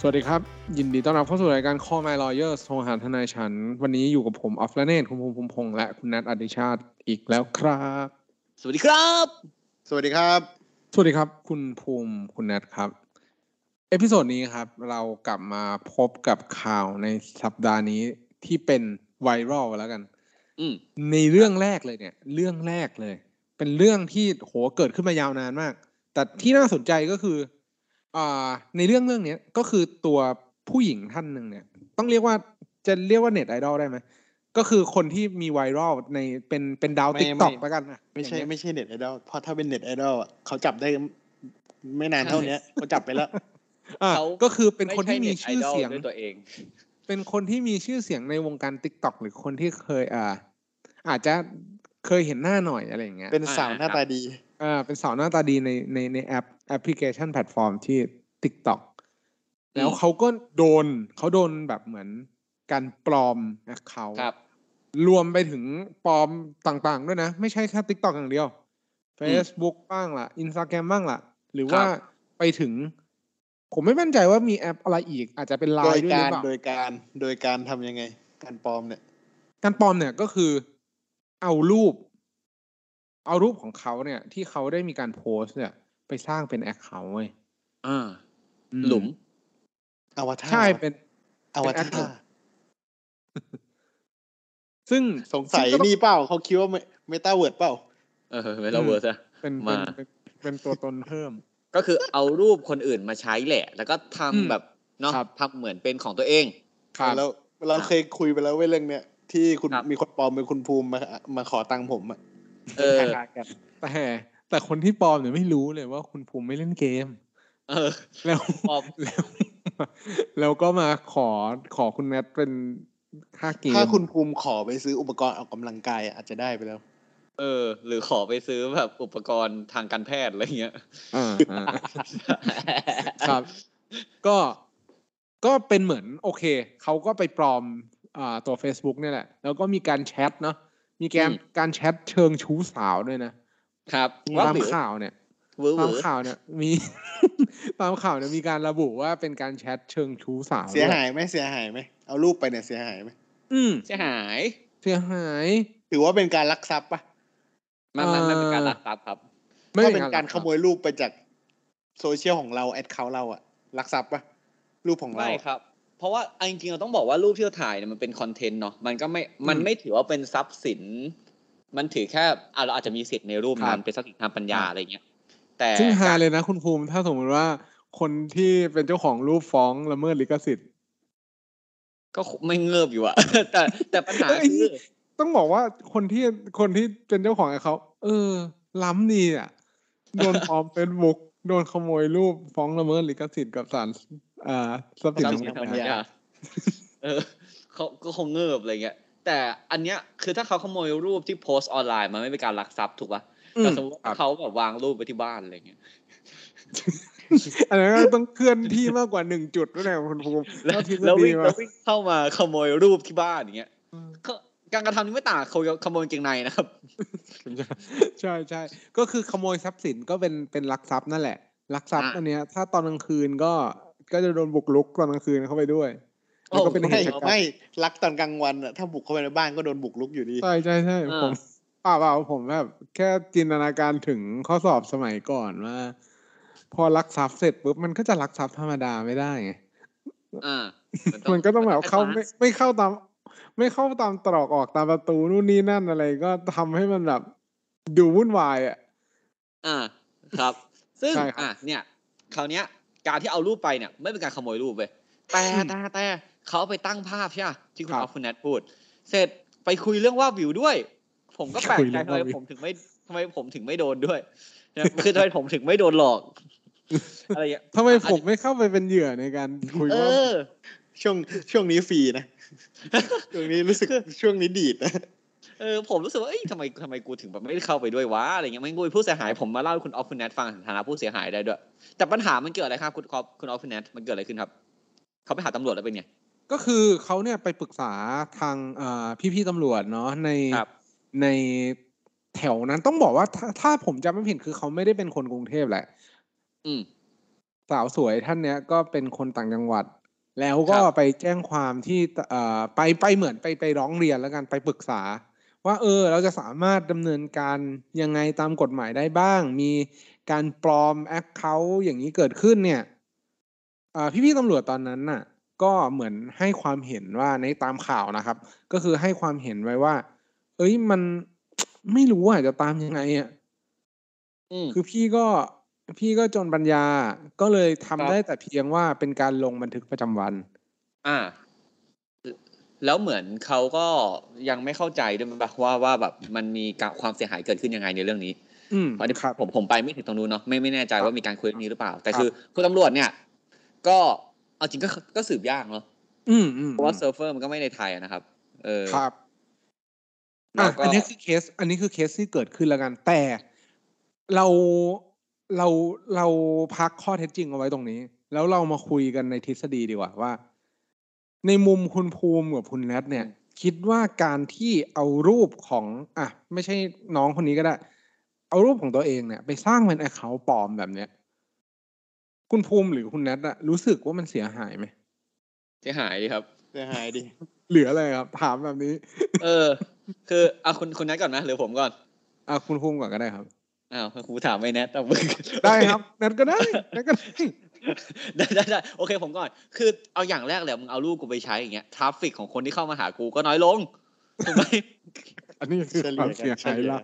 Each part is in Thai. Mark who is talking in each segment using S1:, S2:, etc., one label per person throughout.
S1: สวัสดีครับ ยินดีต้อนรับเข้าสู่รายการ Call My Lawyers โทรหาทนายฉัน วันนี้อยู่กับผม ออฟและเนตคุณภูมิภูมิพงษ์และคุณนัทอดิชาติอีกแล้วครับ
S2: สวัสดีครับ
S3: สวัสดีครับ
S1: สวัสดีครับ คุณภูมิคุณนัทครับ เอพิโซดนี้ครับ เรากลับมาพบกับข่าวในสัปดาห์นี้ที่เป็นไวรัลแล้วกัน
S2: อืม
S1: ในเรื่องแรกเลยเนี่ย เรื่องแรกเลย เป็นเรื่องที่โหเกิดขึ้นมายาวนานมาก แต่ที่น่าสนใจก็คืออ่าในเรื่องเรื่องเนี้ยก็คือตัวผู้หญิงท่านหนึ่งเนี่ย ต้องเรียกว่าจะเรียกว่าเน็ตไอดอลได้ไหมก็คือคนที่มีไวรัลในเป็นเป็นดาว
S3: ไม่
S1: ติ๊กต็อก
S3: ไม่
S1: แล้วกันนะ
S3: ไม่ใช่
S1: อย่างเงี้ย
S3: ไม่ใช่เน็ตไอดอลเพราะถ้าเป็นเน็ตไอดอลอะเขาจับได้ไม่นานเท่าเนี้ยเขาจับไปแล้ว
S1: อ่ะ
S2: เขา
S1: ก็คือเป็นคนที่มี
S2: ไใ
S1: ชื่อเสียง
S2: น็ตไอดอลด้วยตัวเอง
S1: เป็นคนที่มีชื่อเสียงในวงการติ๊กต็อกหรือคนที่เคยอ่า อาจจะเคยเห็นหน้าหน่อยอะไรอย่างเงี้ย
S3: เป็นสาวหน้าตาดี
S1: อ่าเป็นสาวหน้าตาดีในในในแอปแอปพลิเคชันแพลตฟอร์มที่ TikTok
S2: อืม
S1: แล้วเขาก็โดนเขาโดนแบบเหมือนการปลอมเขา
S2: ครับ
S1: รวมไปถึงปลอมต่างๆ ด้วยนะ ไม่ใช่แค่ TikTok อย่างเดียว Facebook บ้างล่ะ Instagram บ้างล่ะ หรือว่า
S2: ครับ
S1: ไปถึง ผมไม่มั่นใจว่ามีแอปอะไรอีก อาจจะเป็นไล
S3: โดย
S1: น์ด้วยหรือ
S3: การ
S1: เปล่า
S3: โดยการโดยการทำยังไง การปลอมเนี่ย
S1: การปลอมเนี่ยก็คือเอารูป เอารูปของเขาเนี่ย ที่เขาได้มีการโพสต์เนี่ย ไปสร้างเป็นแอคเคาท์เว้ย
S2: อ่า
S1: อื
S2: หลุม
S3: อวตาร
S1: ใช่เป็น
S3: อว
S1: เป็น
S3: ตา
S1: actor ซึ่ง
S3: สงสัย
S1: ก็ต้อง
S3: นี่เปล่าเขาคิดว่าเมตาเวิร์ดเปล่า
S2: เออเวลาเวิร์สอะ
S1: เป็นเป็น
S2: มา
S1: เป็นเป็นตัวตนเพิ่ม
S2: ก็คือเอารูปคนอื่นมาใช้แหละ แล้วก็ทำ
S1: อืม
S2: แบบเนาะ
S1: ครับ
S2: ทำเหมือนเป็นของตัวเอง
S1: ครับ
S3: แล้วเราเคยคุยไปแล้วเว้ยเรื่องเนี้ยที่คุณ
S2: ครับ
S3: มีคนปลอมเป็นคุณภูมิมามาขอตังค์ผมอะ
S2: เออ
S1: แต่แต่คนที่ปลอมเนี่ยไม่รู้เลยว่าคุณภูมิไม่เล่นเกม
S2: เออ
S1: แล้ว
S2: ปลอม
S1: แล้ว แล้วก็มาขอขอคุณแมทเป็นค่าเกม
S3: ถ้าคุณภูมิขอไปซื้ออุปกรณ์ออกกำลังกายอะอาจจะได้ไปแล้ว
S2: เออ หรือขอไปซื้อแบบอุปกรณ์ทางการแพทย์อะไรเงี้ย
S1: อ่าอ่า ครับ ก็ก็เป็นเหมือนโอเค เขาก็ไปปลอมอ่าตัว Facebook เนี่ยแหละ แล้วก็มีการแชทเนาะมีการ
S2: อืม
S1: การแชทเชิงชู้สาวด้วยนะครับ ตาม
S2: หรือ
S1: ข่าวเนี่ย
S2: เวอร์เว
S1: ตา
S2: อ
S1: ม
S2: ร์
S1: ข่าวเนี่ยมี ตามข่าวเนี่ยมีการระบุว่าเป็นการแชทเชิงชู้สาว
S3: เสีย
S1: ด้ว
S3: หายไหมเสียหายไหมเอารูปไปเนี่ยเสียหายไหม
S1: อืม
S2: เสียหาย
S1: เสียหาย
S3: ถือว่าเป็นการลักทรัพย์ปะ
S2: มันมันมันเป็นการลักทรัพย์ครับ
S1: ไม่
S3: ถ้าเป็นการ
S1: หอ
S3: ขโมยรูปไปจากโซเชียลของเราแอดเคาเราอะลักทรัพย์ปะรูปของเรา
S2: ไม่
S3: อะ
S2: ครับ เพราะว่าเอาจริงๆเราต้องบอกว่ารูปที่เราถ่ายเนี่ยมันเป็นคอนเทนต์เนาะมันก็ไม่มันไม่ถือว่าเป็นทรัพย์สิน มันถือแค่อ่ะเราอาจจะมีสิทธิ์ในรูปนั้นเป็นทรัพย์สินทางปัญญาอะไรเงี้ยแต่
S1: ซึ่งฮาเลยนะคุณภูมิ ถ้าสมมติว่าคนที่เป็นเจ้าของรูปฟ้องละเมิดลิขสิทธิ์
S2: ก็ไม่เงิบอยู่อะ แต่แต่ปัญหา
S1: เอ้ย
S2: คือ
S1: ต้องบอกว่าคนที่คนที่เป็นเจ้าของเขาเออ ล้ำดีอ่ะ โดนปลอมเฟซบุ๊กโดนขโมยรูปฟ้องละเมิดลิขสิทธิ์กับศาลอ่าทรัพย์สิน
S2: ทรัพ
S1: ทาง
S2: ย์สิน ทาง
S1: ปั
S2: ปั
S1: ญ
S2: ญ
S1: ญา
S2: ญาเออเขาก็คงเงิบอะไรเงี้ย แต่อันเนี้ยคือถ้าเขาขโมยรูปที่โพสต์ออนไลน์มันไม่เป็นการลักทรัพย์ถูกปะ
S1: อื
S2: แต่
S1: ม
S2: สมมติว่าเขาแบบวางรูปไว้ที่บ้านอะไร เงี้ย
S1: อันนั้นก็ต้องเคลื่อนที่มากกว่าหนึ่งจุดด้วยนะคุณภูมิ
S2: แล้ว
S1: ทฤษ
S2: แล้ว
S1: ฎี
S2: วิ่ง
S1: มา
S2: แล้ววิ่งเข้ามาขโมยรูปที่บ้านอย่างเงี้ยก็การกระทำนี้ไม่ต่างเขาขโมยกางเกงในนะครับ
S1: ใช่ใช่ก็คือขโมยทรัพย์สินก็เป็นเป็นลักทรัพย์นั่นแหละลักทรัพย์
S2: อ่ะ
S1: อันเนี้ย ถ้าตอนกลางคืนก็ก็จะโดนบุกลุกตอนกลางคืนเข้าไปด้วย
S2: โอ้
S1: แล้วก็เป็นเห
S3: ไม่
S1: ตุการ
S3: ไม่
S1: ณ์
S3: ลักตอนกลางวันอะถ้าบุกเข้าไปในบ้านก็โดนบุกลุกอยู่ดี
S1: ใช่ใช่ใช่
S2: อ่า
S1: ผมเปล่าเปล่าผมแบบแค่จินตนาการถึงข้อสอบสมัยก่อนว่า พอลักทรัพย์เสร็จปุ๊บมันก็จะลักทรัพย์ธรรมดาไม่ได้ไง
S2: อ่า
S1: มั
S2: มัน
S1: ก็ต้องแบบเข้าไม่
S2: น
S1: ไม่เข้าตาม ไม่เข้าตามตรอกออกตามประตูนู่นนี่นั่นอะไรก็ทำให้มันแบบดูวุ่นวายอ่ะ
S2: อ่า ครับ ซึ่ง
S1: ใช่ครับ
S2: อ่ะ เนี่ย คราวเนี้ย การที่เอารูปไปเนี่ย ไม่เป็นการขโมยรูปเว้ยแต่แต่แต่เขาเอาไปตั้งภาพใช่ไหมที่คุณ
S1: ครับ
S2: เอาคุณแนทพูด เสร็จไปคุยเรื่องว่าบวิวด้วย ผมก็แปลก
S1: คุย
S2: ใจ
S1: เรื่อง
S2: ทำไม
S1: ว่าบวิว
S2: ผมถึงไม่ทำไมผมถึงไม่โดนด้วยนะ คือทำไมผมถึงไม่ โดนหลอก อะไรอย่างเงี้ย
S1: ทำไมผมไม่เข้าไปเป็นเหยื่อในการคุย
S2: เอ
S1: ว่า
S2: อ
S3: ช่วงช่วงนี้ฟรีนะ ช่วงนี้รู้สึกช่วงนี้ดีดนะ
S2: เออผมรู้สึกว่าเอ้ยทำไมทำไมกูถึงแบบไม่ได้เข้าไปด้วยวะอะไรเงี้ยไม่งกูเป็นผู้เสียหายผมมาเล่าให้คุณออฟคุณแนทฟังในฐานะผู้เสียหายได้ด้วย แต่ปัญหามันเกิดอะไรครับคุณคอฟคุณออฟคุณแนทมันเกิดอะไรขึ้นครับเขาไปหาตำรวจแล้วเป็นไง
S1: ก็คือเขาเนี่ยไปปรึกษาทางเอ่อพี่ๆตำรวจเนาะใน
S2: ครับ
S1: ในแถวนั้นต้องบอกว่าถ้าถ้าผมจำไม่ผิดคือเขาไม่ได้เป็นคนกรุงเทพแหละ
S2: อืม
S1: สาวสวยท่านเนี้ยก็เป็นคนต่างจังหวัด แล้วก็
S2: ครับ
S1: ไปแจ้งความที่เอ่อไปไปเหมือนไปไปร้องเรียนแล้วกันไปปรึกษา ว่าเออเราจะสามารถดำเนินการยังไงตามกฎหมายได้บ้าง มีการปลอมแอคเคาท์อย่างนี้เกิดขึ้นเนี่ยเอ่อพี่ๆตำรวจตอนนั้นน่ะ ก็เหมือนให้ความเห็นว่าในตามข่าวนะครับ ก็คือให้ความเห็นไว้ว่า เอ้ยมัน ไม่รู้อ่ะจะตามยังไงอ่ะ
S2: อืม
S1: คือพี่ก็พี่ก็จนปัญญาก็เลยทำ
S2: ครับ
S1: ได้แต่เพียงว่าเป็นการลงบันทึกประจำวัน
S2: อ่า แล้วเหมือนเขาก็ยังไม่เข้าใจด้วยปะว่าว่าแบบมันมีการความเสียหายเกิดขึ้นยังไงในเรื่องนี้
S1: อืม
S2: อันนี้
S1: ครับ
S2: ผมผมไปไม่ถึงตรงนู้นเนาะไม่ไม่แน่ใจ
S1: ครับ
S2: ว่ามีการคุยเรื่องนี้หรือเปล่า แต่
S1: ครับ
S2: คือคุณตำรวจเนี่ย ก็เอาจริงก็ก็สืบยากเนาะ
S1: อืมอืม
S2: เพราะว่าเซิร์ฟเวอร์มันก็ไม่ในไทยอะนะครับ เออ
S1: ครับ
S2: แล้
S1: อ่ะ
S2: วก็
S1: อันนี้คือเคส อันนี้คือเคสที่เกิดขึ้นแล้วกัน แต่เราเราเราพักข้อเท็จจริงเอาไว้ตรงนี้ แล้วเรามาคุยกันในทฤษฎีดีกว่าว่า ในมุมคุณภูมิกับคุณแนทเนี่ย คิดว่าการที่เอารูปของ อ่ะ ไม่ใช่น้องคนนี้ก็ได้ เอารูปของตัวเองเนี่ย ไปสร้างเป็นแอคเคาท์ปลอมแบบเนี้ย คุณภูมิหรือคุณแนทอะรู้สึกว่ามันเสียหายไหม
S2: เสียหายดีครับ
S3: เสียหายดิ
S1: หรืออะไรครับ ถามแบบนี้
S2: เออ คือเอาคุณคุณแนทก่อนนะหรือผมก่อน
S1: อ่ะคุณภูมิก่อนก็ได้ครับ
S2: อ้าวครูถามไม่แนทแต่มึง
S1: ได้ครับแนทก็ได้แนทก็ได้
S2: ได้ได้ได้โอเคผมก่อน คือเอาอย่างแรกเลยมึงเอาลูกกูไปใช้อย่างเงี้ยทราฟฟิกของคนที่เข้ามาหากูก็น้อยลงถูกไหม
S1: อันนี้คือค
S3: เฉ
S1: วา
S3: ลี่
S1: ม
S3: ยกั
S1: เสีย
S3: นเฉ
S1: หาย
S3: ลี่ย
S1: ละ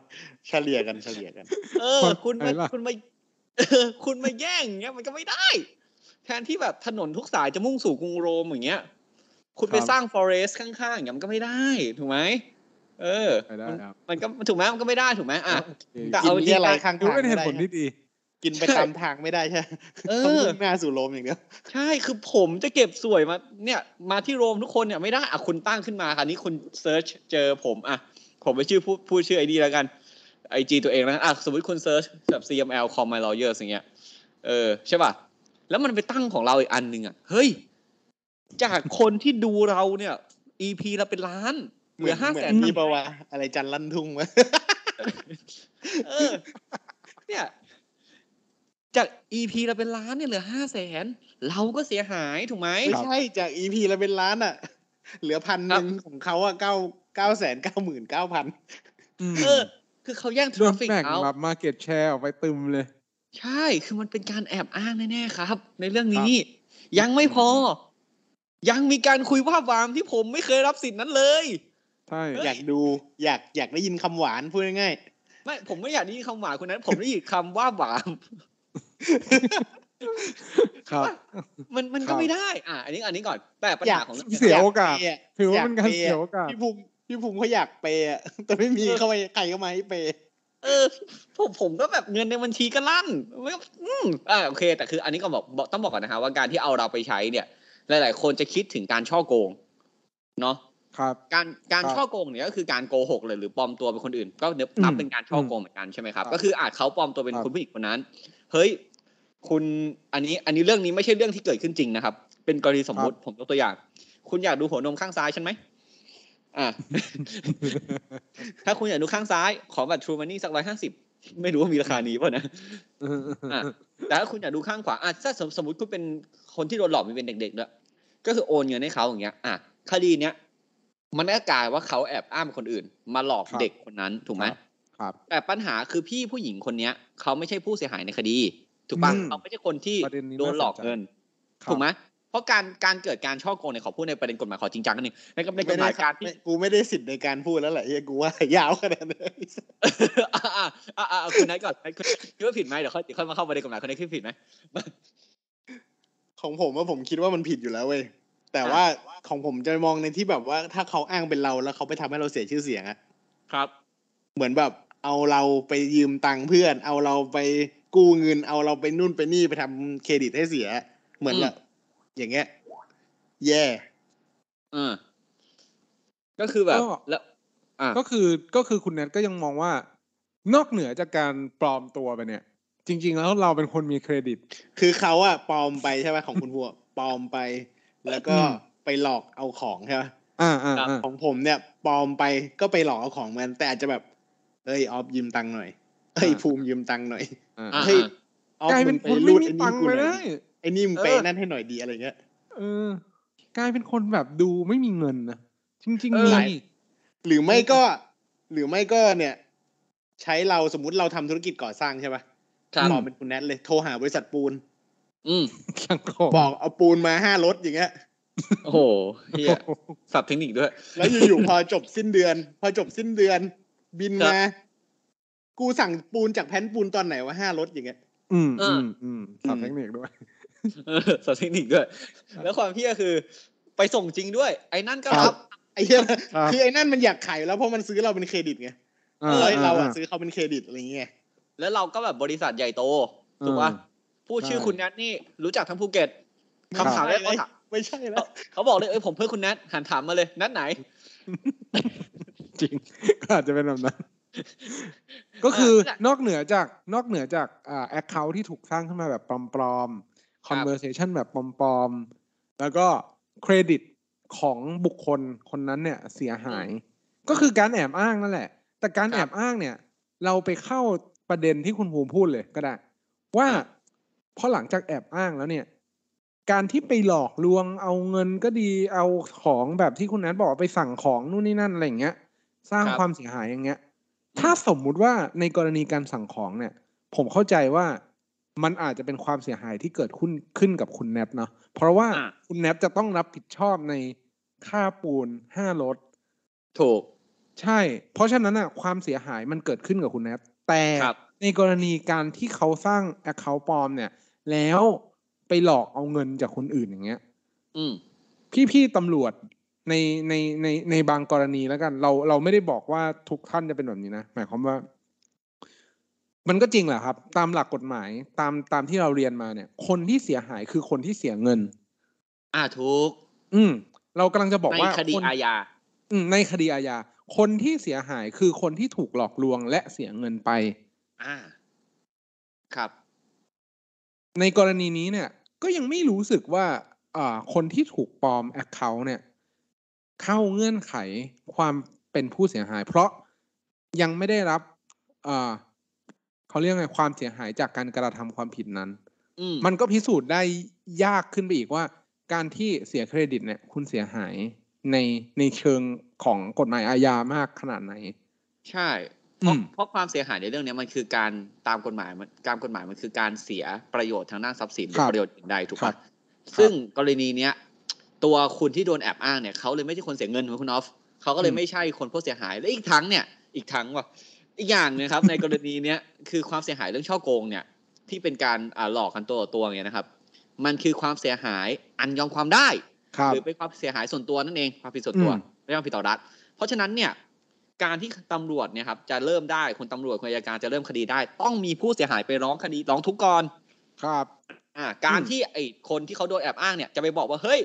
S3: เฉลี่ยกันเฉลี่ยกัน
S2: เออ
S1: คน
S2: คุณ
S1: ไห
S2: มาน
S1: ล่ะ
S2: คุณมา เออคุณมาแย่งอย่างเงี้ยมันก็ไม่ได้ แทนที่แบบถนนทุกสายจะมุ่งสู่กรุงโรมอย่างเงี้ย คุณไปสร้างฟอเรสต์ข้างๆอย่างเงี้ยมันก็ไม่ได้ ถูกไหมเออ
S1: ไม่ได้
S2: มัน
S1: ครับ
S2: มันก็ถูกไหมมันก็ไม่ได้ถูกไหมอ่ะ
S1: โอเค
S2: แต่
S3: กิน
S2: เอาจริง
S3: ที่อะไรข้าง
S1: ดู
S3: ทาง
S1: เป็นเหตุผล
S3: ไม่
S1: ที่
S3: ได้
S1: ดี
S3: กินไปตามทางไม่ได้ใช่ไหม
S2: เอ
S3: ต้อง
S2: อ
S3: มุ่งหน้าสู่โรมอย่างเดียว
S2: ใช่ คือผมจะเก็บสวยมา เนี่ย มาที่โรมทุกคนเนี่ยไม่ได้อ่ะคุณตั้งขึ้นมาค่ะนี้คุณเซิร์ชเจอผมอ่ะ ผมไปชื่อพูดพูดชื่อไอดีแล้วกันไอจีตัวเองแล้วกันอ่ะสมมติคุณเซิร์ชแบบ CML com my lawyers อย่างเงี้ย เออ ใช่ป่ะ แล้วมันไปตั้งของเราอีกอันหนึ่งอ่ะ เฮ้ย จากคนที่ดูเราเนี่ย EP ละเป็นล้าน เหลือห้าแสน
S3: มีปะวะอะไรจันลั่นทุ่งวะ
S2: เออ เนี่ย จาก EP ละเป็นล้านเนี่ยเหลือห้าแสนเราก็เสียหายถูกไหม
S3: ไม่ใช่จากอีพีละเป็นล้านอ่ะ เหลือพันหนึ่งของเขาอ่ะเก้าเก้าแสนเก้าหมื่นเก้าพัน
S1: อืม
S2: เออ คือเขาแย่งท
S1: โด
S2: ราน ฟิก
S1: แบ่ง
S2: เอา
S1: แบบมาเก็ตแชร์ออกไปตึมเลย
S2: ใช่ คือมันเป็นการแอบอ้างแน่ๆครับ ในเรื่องนี้ ยังไม่พอ ยังมีการคุยภาพวามที่ผมไม่เคยรับสิทธิ์นั้นเลย
S1: ใช่
S3: อยากดูอยากอยากได้ยินคำหวานพูดง่าย
S2: ไม่ ผมไม่อยากได้ยินคำหวานคนนั้น ผมได้ยินคำว่าหวาม
S1: ครับ
S2: มันมัน
S1: ครั
S2: ก็
S1: บ
S2: ไม่ได้ อ่ะ อันนี้อันนี้ก่อน แต่ปัญหาของเรื่อง
S1: เสียโอกาส
S3: เปย์ะ
S1: ถือว่าเป็นการ
S3: ยป
S1: เสี
S3: ย์ะ
S1: ยโอกาส
S3: พี่ภูมิพี่ภูมิเขาอยากเปย์อะ แต่ไม่มีเข้าไปใครเข้ามาให้เปย์
S2: เออผมผมก็แบบเงินในบัญชีก็ลั่นไม่ก็อืมอ่าโอเค แต่คือ อันนี้ก็บอกบอกต้องบอกก่อนนะฮะว่าการที่เอาเราไปใช้เนี่ย หลาย ๆ คนจะคิดถึงการช่อโกง เนาะ
S1: ครับ
S2: การการ
S1: ครับ
S2: ช่อโกงเนี่ยก็คือการโกหกเลยหรือปลอมตัวเป็นคนอื่น ก็นับเป็นการช่อโกงเหมือนกันใช่ไหมครับ
S1: ครับ
S2: ก็คืออาจเขาปลอมตัวเป็น
S1: ครับ
S2: คุณผู้หญิงคนนั้น เฮ้ย คุณอันนี้อันนี้เรื่องนี้ไม่ใช่เรื่องที่เกิดขึ้นจริงนะครับ เป็นกรณีสมมุติผมยกตัวอย่าง คุณอยากดูหัวนมข้างซ้ายฉันไหมอ่า ถ้าคุณอยากดูข้างซ้าย ขอบัตรทรูมันนี่สักร้อยห้าสิบไม่รู้ว่ามีราคานี้ป่ะนะ อ่ะ แต่ถ้าคุณอยากดูข้างขวาอ่ะถ้าสมสมมติคุณเป็นคนที่โดนหลอกมีเป็นเด็กๆด้วยก็คือโอนเงินให้เขาอย่างเงี้ย อ่ะคดีเนี้ยมันก็กลายว่าเขาแอบอ้างคนอื่น มาหลอก
S1: ครับ
S2: เด็กคนนั้นถูกไหม
S1: ครับครับ
S2: แต่ปัญหาคือพี่ผู้หญิงคนเนี้ยเขาไม่ใช่ผู้เสียหายในคดี ถูกปะ
S1: อืม
S2: เขาไม่ใช่คนที่
S1: ประเด็นนี้
S2: โดนหลอกเงิน
S1: น่าสนใจ
S2: ถูกไหมเพราะการการเกิดการช่อโกงเนี่ยขอพูดในประเด็นกฎหมายขอจริงจังนิดนึงในกฎหม ายการที่
S3: ไม่กูไม่ได้สิทธิ์ในการพูดแล้วแหละเฮียกูว่ายาวขนาดนี้ น
S2: อ่ะอ่ะอ่ะอ่ะเอาคุณนัทก่อนคุณคิดว่าผิดไหมเดี๋ยวค่อยเดี๋ยวค่อยมาเข้าประเด็นกฎหมายคนนี้คิดผิดไหม
S3: ของผมว่าผมคิดว่ามันผิดอยู่แล้วเว้ยแต่
S2: อ่ะ
S3: ว่าของผมจะมองในที่แบบว่าถ้าเขาอ้างเป็นเราแล้วเขาไปทำให้เราเสียชื่อเสียงอะ
S2: ครับ
S3: เหมือนแบบเอาเราไปยืมตังค์เพื่อน เอาเราไปกู้เงิน เอาเราไปนู่นไปนี่ไปทำเครดิตให้เสีย เหมือน
S2: อืม
S3: แบบอย่างเงี้ย แย่
S2: อ่าก็คือแบบ
S1: ก็
S2: แล้ว อ่า
S1: ก็คือก็คือคุณแนทก็ยังมองว่า นอกเหนือจากการปลอมตัวไปเนี่ย จริง ๆ แล้วเราเป็นคนมีเครดิต
S3: คือเขาอะปลอมไปใช่ไหมของคุณหัว ปลอมไป แล้วก็
S1: อืม
S3: ไปหลอกเอาของใช่ไหม
S1: อ่าอ่าอ่า
S3: ของผมเนี่ยปลอมไปก็ไปหลอกเอาของเหมันแต่อาจจะแบบเอ้ยออฟยืมตังค์หน่อยเอ้ยภูมิยืมตังค์หน่อย
S1: อ่า
S3: เฮ้ยออฟ
S1: กลาย
S3: มึ
S1: เป็น
S3: งไป
S1: คน
S3: รู
S1: ไม่
S3: ด
S1: มี
S3: ไอ้
S1: ตั
S3: นี่
S1: งค์ไป
S3: กูหน่
S1: เล
S3: อย
S1: ย
S3: ไอ้นี่มึงไป
S2: เออ
S3: นั่นให้หน่อยดีอะไรเงี้ย
S1: เออกลายเป็นคนแบบดูไม่มีเงินนะจริง
S2: เอ
S1: ๆ
S2: อ
S1: มี
S3: หรือไม่ก็ หรือไม่ก็เนี่ย ใช้เราสมมติเราทำธุรกิจก่อสร้างใช่ปะ
S2: ครับ
S3: ปลอมเป็นคุณแนทเลยโทรหาบริษัทปูน
S2: อืม
S1: สังคม
S3: บอกเอาปูนมาห้ารถอย่างเงี้ย
S2: โอ้โหเฮียสับเทคนิคด้วย
S3: แล้วอยู่ๆ พอจบสิ้นเดือน พอจบสิ้นเดือน บินมา กูสั่งปูนจากแผ่นปูนตอนไหนวะห้ารถอย่างเงี้ย
S1: อืม
S2: เอ
S1: อื
S2: อ
S1: มอืมสับเทคนิคด้วย
S2: เออสับเทคนิคด้วย แล้วความเฮียคือ ไปส่งจริงด้วย ไอ้นั่นก็รับ
S3: ไอ้เหี้ย
S1: ครับ
S3: คือไอ้นั่นมันอยากขายอยู่แล้วเพราะมันซื้อเราเป็นเครดิตไง
S1: อ่า
S3: เอ้ยเรา
S1: อ่า
S3: อะซื้อเขาเป็นเครดิตอะไรเงี้ย
S2: แล้วเราก็แบบบริษัทใหญ่โตถูกปะพูดชื่อ
S1: ใช่
S2: คุณแนทนี่รู้จักทั้งภูเก็ตคำถามแรกเขาถาม
S3: ไม่ใช่แล้ว
S2: เขาบอกเลยเอ้ยผมเพื่อนคุณแนทหันถามมาเลยนัทไหน
S1: จริง ก็ อาจจะเป็นแบบนั้น ก็คือ
S2: เออน
S1: อกเหนือจากนอกเหนือจากอ่าแอคเคาท์ที่ถูกสร้างขึ้นมาแบบปลอมๆ
S2: ครับ
S1: conversation แบบปลอมๆ แล้วก็เครดิตของบุคคลคนนั้นเนี่ยเสียหาย ก็คือการแอบอ้างนั่นแหละ แต่การ
S2: ครับ
S1: แอบอ้างเนี่ย เราไปเข้าประเด็นที่คุณภูมิพูดเลยก็ได้ ว่า
S2: ครับ
S1: พอหลังจากแอบอ้างแล้วเนี่ย การที่ไปหลอกลวงเอาเงินก็ดีเอาของแบบที่คุณนัทบอกว่าไปสั่งของนู่นนี่นั่นอะไรอย่างเงี้ย สร้าง
S2: ครับ
S1: ความเสียหายอย่างเงี้ย ถ้าสมมุติว่าในกรณีการสั่งของเนี่ย ผมเข้าใจว่ามันอาจจะเป็นความเสียหายที่เกิดขึ้นขึ้นกับคุณแนบเนาะเพราะว่า
S2: อ่ะ
S1: คุณแนบจะต้องรับผิดชอบในค่าปูนห้ารถ
S2: ถูก
S1: ใช่ เพราะฉะนั้นอ่ะความเสียหายมันเกิดขึ้นกับคุณแนทแต่
S2: ครับ
S1: ในกรณีการที่เขาสร้างแอคเคาท์ปลอมเนี่ย แล้วไปหลอกเอาเงินจากคนอื่นอย่างเงี้ย
S2: อืม
S1: พี่ๆตำรวจในในในในบางกรณีแล้วกัน เราเราไม่ได้บอกว่าทุกท่านจะเป็นแบบนี้นะ หมายความว่า มันก็จริงแหละครับ ตามหลักกฎหมายตามตามที่เราเรียนมาเนี่ย คนที่เสียหายคือคนที่เสียเงิน
S2: อ่าถูก
S1: อืม เรากำลังจะบอก
S2: ใน
S1: ว่า
S2: คดี
S1: คน
S2: อาญา
S1: อืมในคดีอาญาคนที่เสียหายคือคนที่ถูกหลอกลวงและเสียเงินไป
S2: อ่า ครับ
S1: ในกรณีนี้เนี่ย ก็ยังไม่รู้สึกว่าอ่าคนที่ถูกปลอมแอคเคาท์เนี่ย เข้าเงื่อนไขความเป็นผู้เสียหาย เพราะยังไม่ได้รับอ่าเขาเรียกไงความเสียหายจากการกระทำความผิดนั้น
S2: อืม
S1: มันก็พิสูจน์ได้ยากขึ้นไปอีกว่า การที่เสียเครดิตเนี่ย คุณเสียหายในในเชิงของกฎหมายอาญามากขนาดไหน
S2: ใช่เพ
S1: อื
S2: ราะ
S1: ม
S2: เพราะความเสียหายในเรื่องเนี้ยมันคือการตามกฎหมายมันการกฎหมายมันคือการเสียประโยชน์ทางด้านทรัพย์สินหรื
S1: ครั
S2: อบ ประโยชน์อื่นใดถูก
S1: ครั
S2: ปะ
S1: บ
S2: ซึ่งกรณีเนี้ย ตัวคุณที่โดนแอบอ้างเนี่ยเขาเลยไม่ใช่คนเสียเงินของคุณออฟเขาก็เลยไม่ใช่คนผู้เสียหายและอีกทั้งเนี่ย อีกทั้งว่ะอีกอย่างหนึงครับ ในกรณีเนี้ยคือความเสียหายเรื่องช่อโกงเนี่ย ที่เป็นการอ่าหลอกกันตัวต่อตัวเนี่ยนะครับ มันคือความเสียหายอันยอมความได้
S1: ครับ
S2: หรือเป็นความเสียหายส่วนตัวนั่นเองความผิดส่วนตัว
S1: อืม
S2: ไม่ใช่ความผิดต่อรัฐ เพราะฉะนั้นเนี่ย การที่ตำรวจเนี่ยครับจะเริ่มได้คุณตำรวจคุณอัยการจะเริ่มคดีได้ ต้องมีผู้เสียหายไปร้องคดีร้องทุกข์ก่อน
S1: ครับ
S2: อ่า การ
S1: อืม
S2: ที่ไอ้คนที่เขาโดนแอบอ้างเนี่ยจะไปบอกว่าเฮ้ย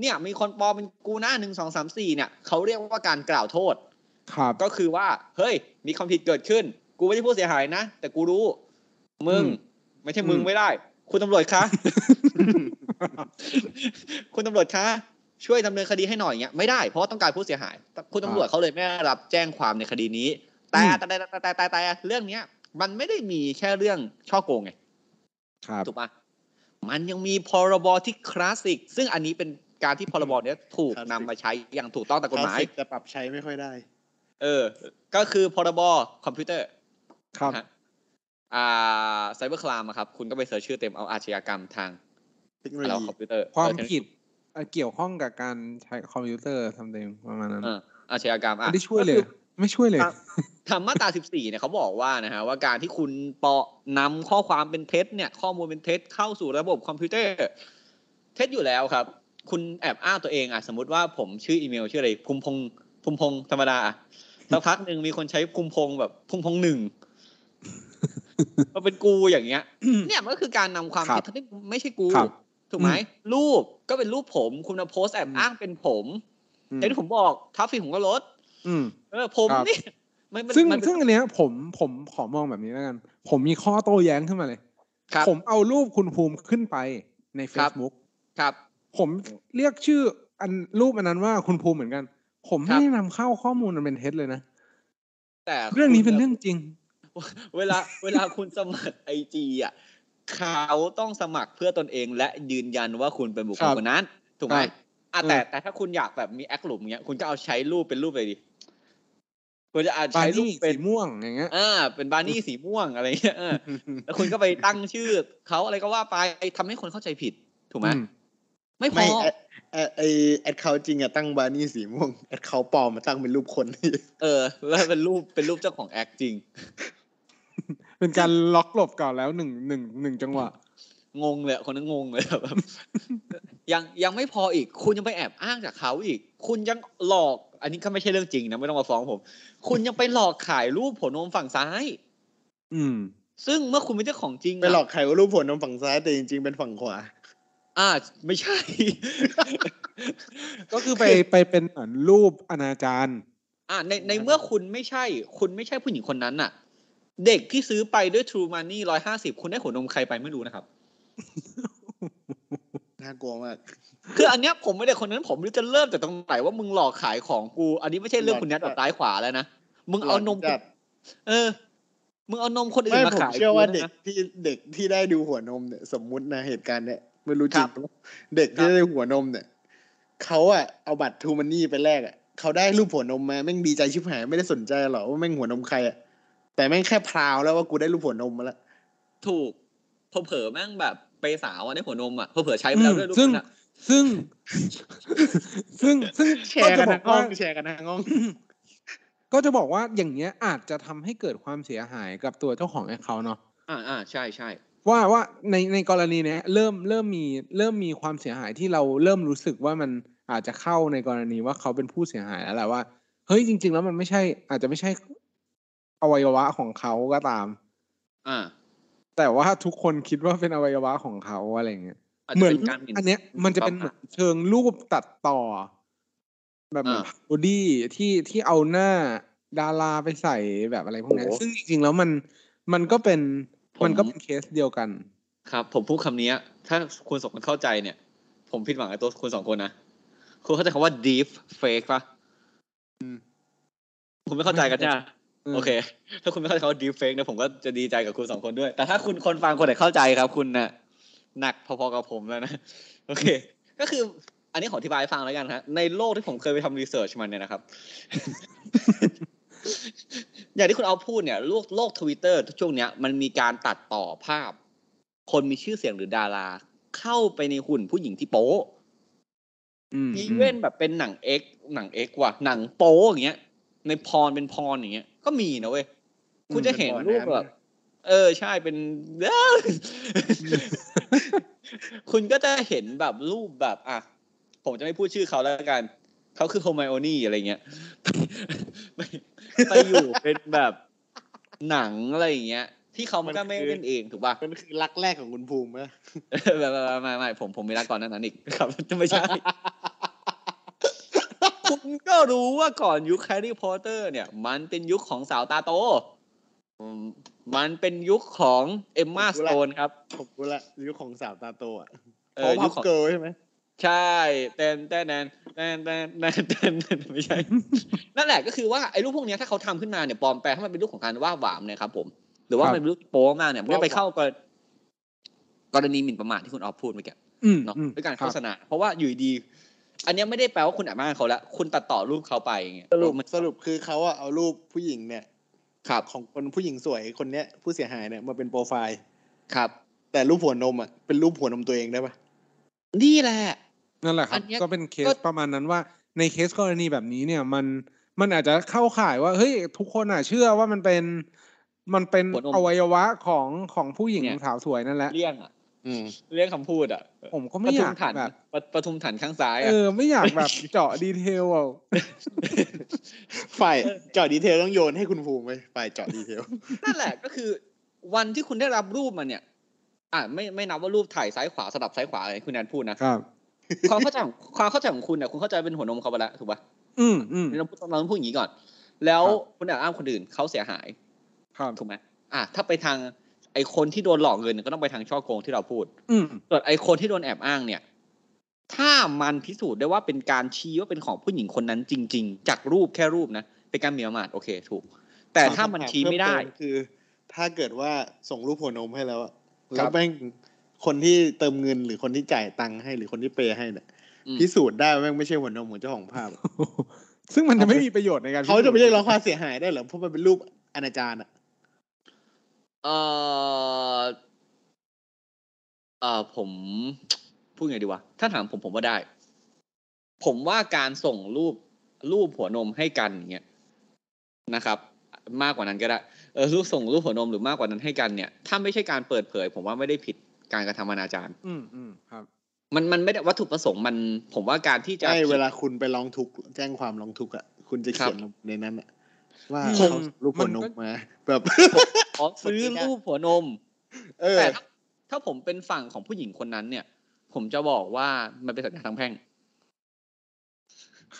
S2: เนี่ยมีคนปลอมเป็นกูหน้าหนึ่งสองสามสี่เนี่ยเขาเรียกว่าการกล่าวโทษ
S1: ครับ
S2: ก็คือว่าเฮ้ย มีความผิดเกิดขึ้น กูไม่ได้ผู้เสียหายนะ แต่กูรู้ มึง
S1: อืม
S2: ไม่ใช่มึง
S1: อืม
S2: ไม่ได้ คุณตำรวจคะ คุณตำรวจคะช่วยดำเนินคดีให้หน่อยเงี้ยไม่ได้เพราะว่าต้องการผู้เสียหาย คุณตำรวจเขาเลยไม่ได้รับแจ้งความในคดีนี้ แต่
S1: อืม
S2: แต่แต่แต่แต่แต่เรื่องเนี้ย มันไม่ได้มีแค่เรื่องช่อโกงไง
S1: ครับ
S2: ถูกปะมันยังมีพรบที่คลาสสิก ซึ่งอันนี้เป็นการที่พรบเนี้ยถูก
S3: คลาสสิ
S2: นำ
S3: ก
S2: มาใช้อย่างถูกต้องตามกฎหมาย
S3: คลสสิแต่ปรับใช้ไม่ค่อยได้
S2: เออ ก็คือพรบคอมพิวเตอร์
S1: ครับ
S2: นะฮะอ่าไซเบอร์คลามครับ คุณก็ไปเสิร์ชชื่อเต็มเอาอาชญากรรมทาง
S3: เทคโนโล
S2: เรา
S3: ยี
S2: คอมพิวเตอร์
S1: ความ
S2: เออ
S1: ผิดเอ่อเกี่ยวข้องกับการใช้คอมพิวเตอร์ทำเต็มประมาณนั้น
S2: เอออาชญากรรมอ่ะ
S1: ไม่ได้ช่วยเลย
S2: ก็คือ
S1: ไม่ช่วยเลย
S2: อ่ะ ทำมาตรา 14 เนี่ยเขาบอกว่านะฮะว่าการที่คุณปอนำข้อความเป็นเท็จเนี่ย ข้อมูลเป็นเท็จเข้าสู่ระบบคอมพิวเตอร์ เท็จอยู่แล้วครับ คุณแอบอ้างตัวเองอ่ะ สมมติว่าผมชื่ออีเมลชื่ออะไรภูมิพงษ์ภูมิพงษ์ธรรมดาอ่ะสักพักหนึ่งมีคนใช้ภูมิพงษ์แบบภูมิพงษ์ หนึ่งมาเป็นกูอย่างเงี้ย เนี่ยมันก็คือการนำความ
S1: ครับ
S2: ผิดทั้งที่ไม่ใช่กู
S1: ครับ
S2: ถูกไหมรูปก็เป็นรูปผม คุณมาโพสต์แอบ
S1: อืม
S2: อ้างเป็นผม
S1: อืม
S2: แต่ที่ผมบอกทัฟฟี่ผมก็ลด
S1: อืม
S2: เออผม
S1: ครับ
S2: นี่ มันมัน
S1: ซึ่ง
S2: มันเป็น
S1: ซึ่งอันเนี้ยผมผมขอมองแบบนี้แล้วกัน ผมมีข้อโต้แย้งขึ้นมาเลย
S2: ครับ
S1: ผมเอารูปคุณภูมิขึ้นไปใน
S2: ครับ
S1: Facebook
S2: ครับ
S1: ผมเรียกชื่ออันรูปอันนั้นว่าคุณภูมิเหมือนกัน ผม
S2: ครั
S1: ไม่
S2: บ
S1: ได้นำเข้าข้อมูลมันเป็นเท็จเลยนะ
S2: แต่
S1: เรื่องนี้เป็น
S2: คุณ
S1: เรื่องจริง
S2: เวลาเวลาคุณสมัครไอจีอ่ะเขาต้องสมัครเพื่อตนเองและยืนยันว่าคุณเป็นบุคค
S1: ครั
S2: ล
S1: บ
S2: คนนั้น ถูกไหม
S1: ครับ
S2: อ่ะแต่
S1: อืม
S2: แต่ถ้าคุณอยากแบบมีแอคหลุมเงี้ยคุณก็เอาใช้รูปเป็นรูปเลยดิคุณจะอาจ
S1: บา
S2: ใช้รู
S1: นี่
S2: ปเป็
S1: สี
S2: น
S1: ม่วงอย่างเงี้ย
S2: อ่าเป็นบานี่สีม่วงอะไรเงี้ยเออแล้วคุณก็ไปตั้งชื่อเขาอะไรก็ว่าไปทำให้คนเข้าใจผิด ถูกไหม
S1: อืม
S2: ไม่พ
S3: ไม่
S2: อ
S3: ไอไอ้ไอแอดเขาจริงอะตั้งบานี่สีม่วงแอดเขาปลอมมาตั้งเป็นรูปคน
S2: เออแล้วเป็นรูปเป็นรูปเจ้าของแอคจริง
S1: เป็นการล็อกหลบก่อนแล้วหนึ่งหนึ่งหนึ่งจังหวะ
S2: งงเลยอะคนนั้นงงเลยอะแบบ ยังยังไม่พออีก คุณยังไปแอบอ้างจากเขาอีก คุณยังหลอก อันนี้ก็ไม่ใช่เรื่องจริงนะไม่ต้องมาฟ้องผม คุณยังไปหลอกขายรูปผลนมฝั่งซ้าย
S1: อืม
S2: ซึ่งเมื่อคุณเป็นเจ้าของจริงะ
S3: ไปหลอกใครว่ารูปผลนมฝั่งซ้ายแต่จริงๆเป็นฝั่งขวา
S2: อ่า ไม่ใช่
S1: ก็คือ ไปไปเป็นเหมือนรูปอนาจาร
S2: อ่าในในเมื่อคุณไม่ใช่ คุณไม่ใช่ผู้หญิงคนนั้นน่ะ เด็กที่ซื้อไปด้วย True Money ร้อยห้าสิบคุณได้ผลนมใครไปไม่รู้นะครับ
S3: น่ากลัวมาก
S2: คืออันเนี้ยผมไม่ได้คนนั้นผมไม่รู้จะเริ่มจากตรงไหนว่ามึงหลอกขายของกู อันนี้ไม่ใช่เรื่องคุณแนทแบบซ้ายขวาแล้วนะมึงเอานมกู เออ มึงเอานมคนอื่น
S3: ไม่
S2: มา
S3: ผม
S2: ขาย
S3: เชื่อว่าเด็ก
S2: นะ
S3: ที่เด็กที่ได้ดูหัวนมเนี่ย สมมุตินะเหตุการณ์เนี่ยไม่รู้จ
S2: ค
S3: ริ
S2: รั
S3: ง
S2: บ
S3: ปะเด็กที่
S2: ครับ
S3: ได้หัวนมเนี่ยเขาอะเอาบัตรทูมันนี่ไปแลกอะเขาได้รูปหัวนมมาแม่งดีใจชิบหายไม่ได้สนใจหรอกว่าแม่งหัวนมใครอะแต่แม่งแค่พราวแล้วว่ากูได้รูปหัวนมมาแล้ว
S2: ถูกเผลอๆแม่งแบบไปสาวอะในหัวนมอะเผลอๆใช้ไป
S1: อื
S2: แล้ว
S1: ม
S2: ด้วยลูก
S1: ซึ่ง
S2: นั้นอะ
S1: ซึ่ง ซึ่งซึ่งก็จะบอกว่า
S3: แชร์กันนะงง
S1: ก็จะบอกว่า อย่างเงี้ยอาจจะทำให้เกิดความเสียหายกับตัวเจ้าของแอคเคาท์เนาะ
S2: อ่าอ่าใช่ใช่
S1: ว่าว่าในในกรณีเนี้ยเริ่มเริ่มมีเริ่มมีความเสียหายที่เราเริ่มรู้สึกว่ามันอาจจะเข้าในกรณีว่าเขาเป็นผู้เสียหายแล้วแหละว่าเฮ้ยจริง ๆ แล้วมันไม่ใช่ อาจจะไม่ใช่อวัยวะของเขาก็ตาม
S2: อ่า
S1: แต่ว่าทุกคนคิดว่าเป็นอวัยวะของเขาอะไรอย่างเงี้ย
S2: าจ
S1: เห
S2: จะ
S1: มือน
S2: ป็การหมิ่
S1: อันเนี้ยมันจะเป็นเหมือนเชิงรูปตัดต่อ แบบเหมือน
S2: อ่า
S1: พาดี้ที่ที่เอาหน้าดาราไปใส่แบบอะไรพวกเนี้ย
S2: โอ้โห
S1: ซึ่งจริงๆแล้วมันมันก็เป็น
S2: ผม
S1: มันก็เป็นเคสเดียวกัน
S2: ครับ ผมพูดคำเนี้ย ถ้าคุณสองคนเข้าใจเนี่ย ผมผิดหวังกับตัวคุณสองคนนะคุณเข้าใจคำว่า deep fake ปะคุณไม่เข้าใจกันใช่ไหมโอเค ถ้าคุณไม่เข้าใจคำว่า deep fake เนี่ยผมก็จะดีใจกับคุณสองคนด้วย แต่ถ้าคุณคนฟังคนไหนเข้าใจครับ คุณน่ะหนักพอๆกับผมแล้วนะ โอเค ก็คือ อันนี้ขออธิบายให้ฟังแล้วกันฮะ ในโลกที่ผมเคยไปทำรีเสิร์ชมันเนี่ยนะครับ อย่างที่คุณเอาพูดเนี่ย โลกโลกทวิตเตอร์ช่วงเนี้ยมันมีการตัดต่อภาพ คนมีชื่อเสียงหรือดารา เข้าไปในหุ่นผู้หญิงที่โป๊ะ
S1: อืม
S2: อีเวนต์แบบเป็นหนังเอ็กหนังเอ็กว่ะหนังโป๊ะอย่างเงี้ย ในพรเป็นพรอย่างเงี้ย ก็มีนะเว้ย คุณจะเห็นรูปแบบ เออใช่เป็น คุณก็จะเห็นแบบรูปแบบ อ่ะ ผมจะไม่พูดชื่อเขาแล้วกัน เขาคือโฮไมโอนี่อะไรเงี้ย ไปไปอยู่เป็นแบบหนังอะไรอย่างเงี้ย ที่เขาก็ไม่เล่นเองถูกป่ะ
S3: มันคือรักแรกของคุณภูมินะ
S2: ไม่ไม่ไม่ไม่ผมผมไม่รักก่อนหนานั้นอีกครับ ไม่ใช่ คุณก็รู้ว่าก่อนยุคแฮร์รี่พอตเตอร์ เนี่ย มันเป็นยุคของสาวตาโตอืมมันเป็นยุคของเอมมาสโตนครับ
S3: ผมรู้ละยุคของสาวตาโตอะ
S2: เอ
S3: เพราะ
S2: อ
S3: พั
S2: ยุ
S3: บ
S2: คของ
S3: เกิลใช่ไหม
S2: ใช่แตนแตนแตนแตนแตนแตนแตนแตนไม่ใช่ นั่นแหละก็คือว่าไอ้รูปพวกเนี้ยถ้าเขาทำขึ้นมาเนี่ยปลอมแปลงให้มันเป็นรูปของการว่าดหวามเนี่ยครับผม หรือว่ามันเป็นรูปโป๊มากเนี่ยมันก็ไปเข้ากรณีกรณีหมิ่นประมาทที่คุณออฟพูดเมื่อกี้
S1: อืม
S2: เนาะ
S1: อืม
S2: ด้วยการ
S1: ค
S2: โฆ
S1: บ
S2: ษณาเพราะว่าอยู่ดี อันเนี้ยไม่ได้แปลว่าคุณอับอ้างเขาละคุณตัดต่อรูปเขาไปอย่างเงี้ย
S3: สรุป
S2: มัน
S3: สรุปคือเขาอะเอารูปผู้หญิงเนี่ย
S2: ครับ
S3: ของคนผู้หญิงสวยคนเนี้ยผู้เสียหายเนี่ยมาเป็นโปรไฟล์
S2: ครับ
S3: แต่รูปหัวนมอ่ะเป็นรูปหัวนมตัวเองได้ปะ
S2: นี่แหละ
S1: นั่นแหละครั
S2: อั
S1: บ
S2: นเนี้ย
S1: ก็เป็นเค
S2: ก็
S1: สประมาณนั้นว่าในเคสกรณีแบบนี้เนี่ยมันมันอาจจะเข้าข่ายว่าเฮ้ยทุกคนอ่ะเชื่อว่ามันเป็นมันเป็น
S2: หัวนม
S1: อวัยวะของของผู้หญิง
S2: เนี่ย
S1: สาวสวยนั่นแหละ
S2: เลี่ยงอ่ะ
S3: อืม
S2: เลี่ยงคำพูดอ่ะ
S1: ผมก็
S2: ป
S1: ไม่อ
S2: ระทุม
S1: ยาก
S2: ถัน
S1: แบบ
S2: ปะประทุมถันข้างซ้าย
S1: เอ
S2: อ่ะ
S1: อไม่อยากแบบเจาะดีเทลอ่ะ
S3: ฝ่ายเจาะดีเทลต้องโยนให้คุณภูมิไปฝ่ายเจาะดีเทล
S2: นั่นแหละก็คือ วันที่คุณได้รับรูปมาเนี่ย อ่ะไม่ไม่นับว่ารูปถ่ายซ้ายขวาสลับซ้ายขวาอะไรคุณแอนพูดนะครับ ความเข้าใจของความเข้าใจของคุณเนี่ยคุณเข้าใจเป็นหัวนมเขาไปแล้วถูกป่ะ
S1: อืมอืม
S2: เราพูดเราต้องพูดอย่างนี้ก่อน แล้ว
S1: ครับ
S2: คุณแอนอ้างคนอื่นเขาเสียหาย
S1: ครับ
S2: ถูกไหมอ่ะถ้าไปทางไอคนที่โดนหลอกเงินก็ต้องไปทางช่อโกงที่เราพูด
S1: อืม
S2: ส่วนไอคนที่โดนแอบอ้างเนี่ย ถ้ามันพิสูจน์ได้ว่าเป็นการชี้ว่าเป็นของผู้หญิงคนนั้นจริง ๆ จากรูปแค่รูปนะ เป็นการหมีประมาทโอเคถูก แต่ถ้ามันชี้ไม่ได้
S3: เพิ่เติคือ ถ้าเกิดว่าส่งรูปหัวนมให้แล้วอะ
S1: ครั
S3: แล้
S1: บ
S3: วแม่งคนที่เติมเงินหรือคนที่จ่ายตังค์ให้หรือคนที่เปย์ให้เนี่ย
S2: อืม
S3: พิสูจน์ได้ว่าแม่งไม่ใช่หัวนมของเจ้าของภาพอะ
S1: ซึ่งมันจะไม่มีประโยชน์ในการ
S3: เขาจะไปเรียกร้องความเสียหายได้เหรอเพราะมันเป็นรูปอนาจารอะ
S2: เออเออผม พูดไงดีวะ ถ้าถามผมผมว่าได้ ผมว่าการส่งรูปรูปหัวนมให้กันอย่างเงี้ยนะครับ มากกว่านั้นก็ได้เออรูปส่งรูปหัวนมหรือมากกว่านั้นให้กันเนี่ยถ้าไม่ใช่การเปิดเผย ผมว่าไม่ได้ผิดการกระทำอนาจาร
S1: อืมอืมครับ
S2: มันมันไม่ได้วัตถุประสงค์มัน ผมว่าการที่จะ
S3: ใช่เวลาคุณไปร้องทุกข์แจ้งความร้องทุกข์อะคุณจะเขียนลงในนั้นอะว่า
S1: อืม
S3: เขาส่งรูปหัวนม
S1: มันก็
S3: มา แบบ
S2: ขอซื้อรูปหัวนม
S3: เออ
S2: แต่ถ้าถ้าผมเป็นฝั่งของผู้หญิงคนนั้นเนี่ย ผมจะบอกว่ามันเป็นสัญญาทางแพ่ง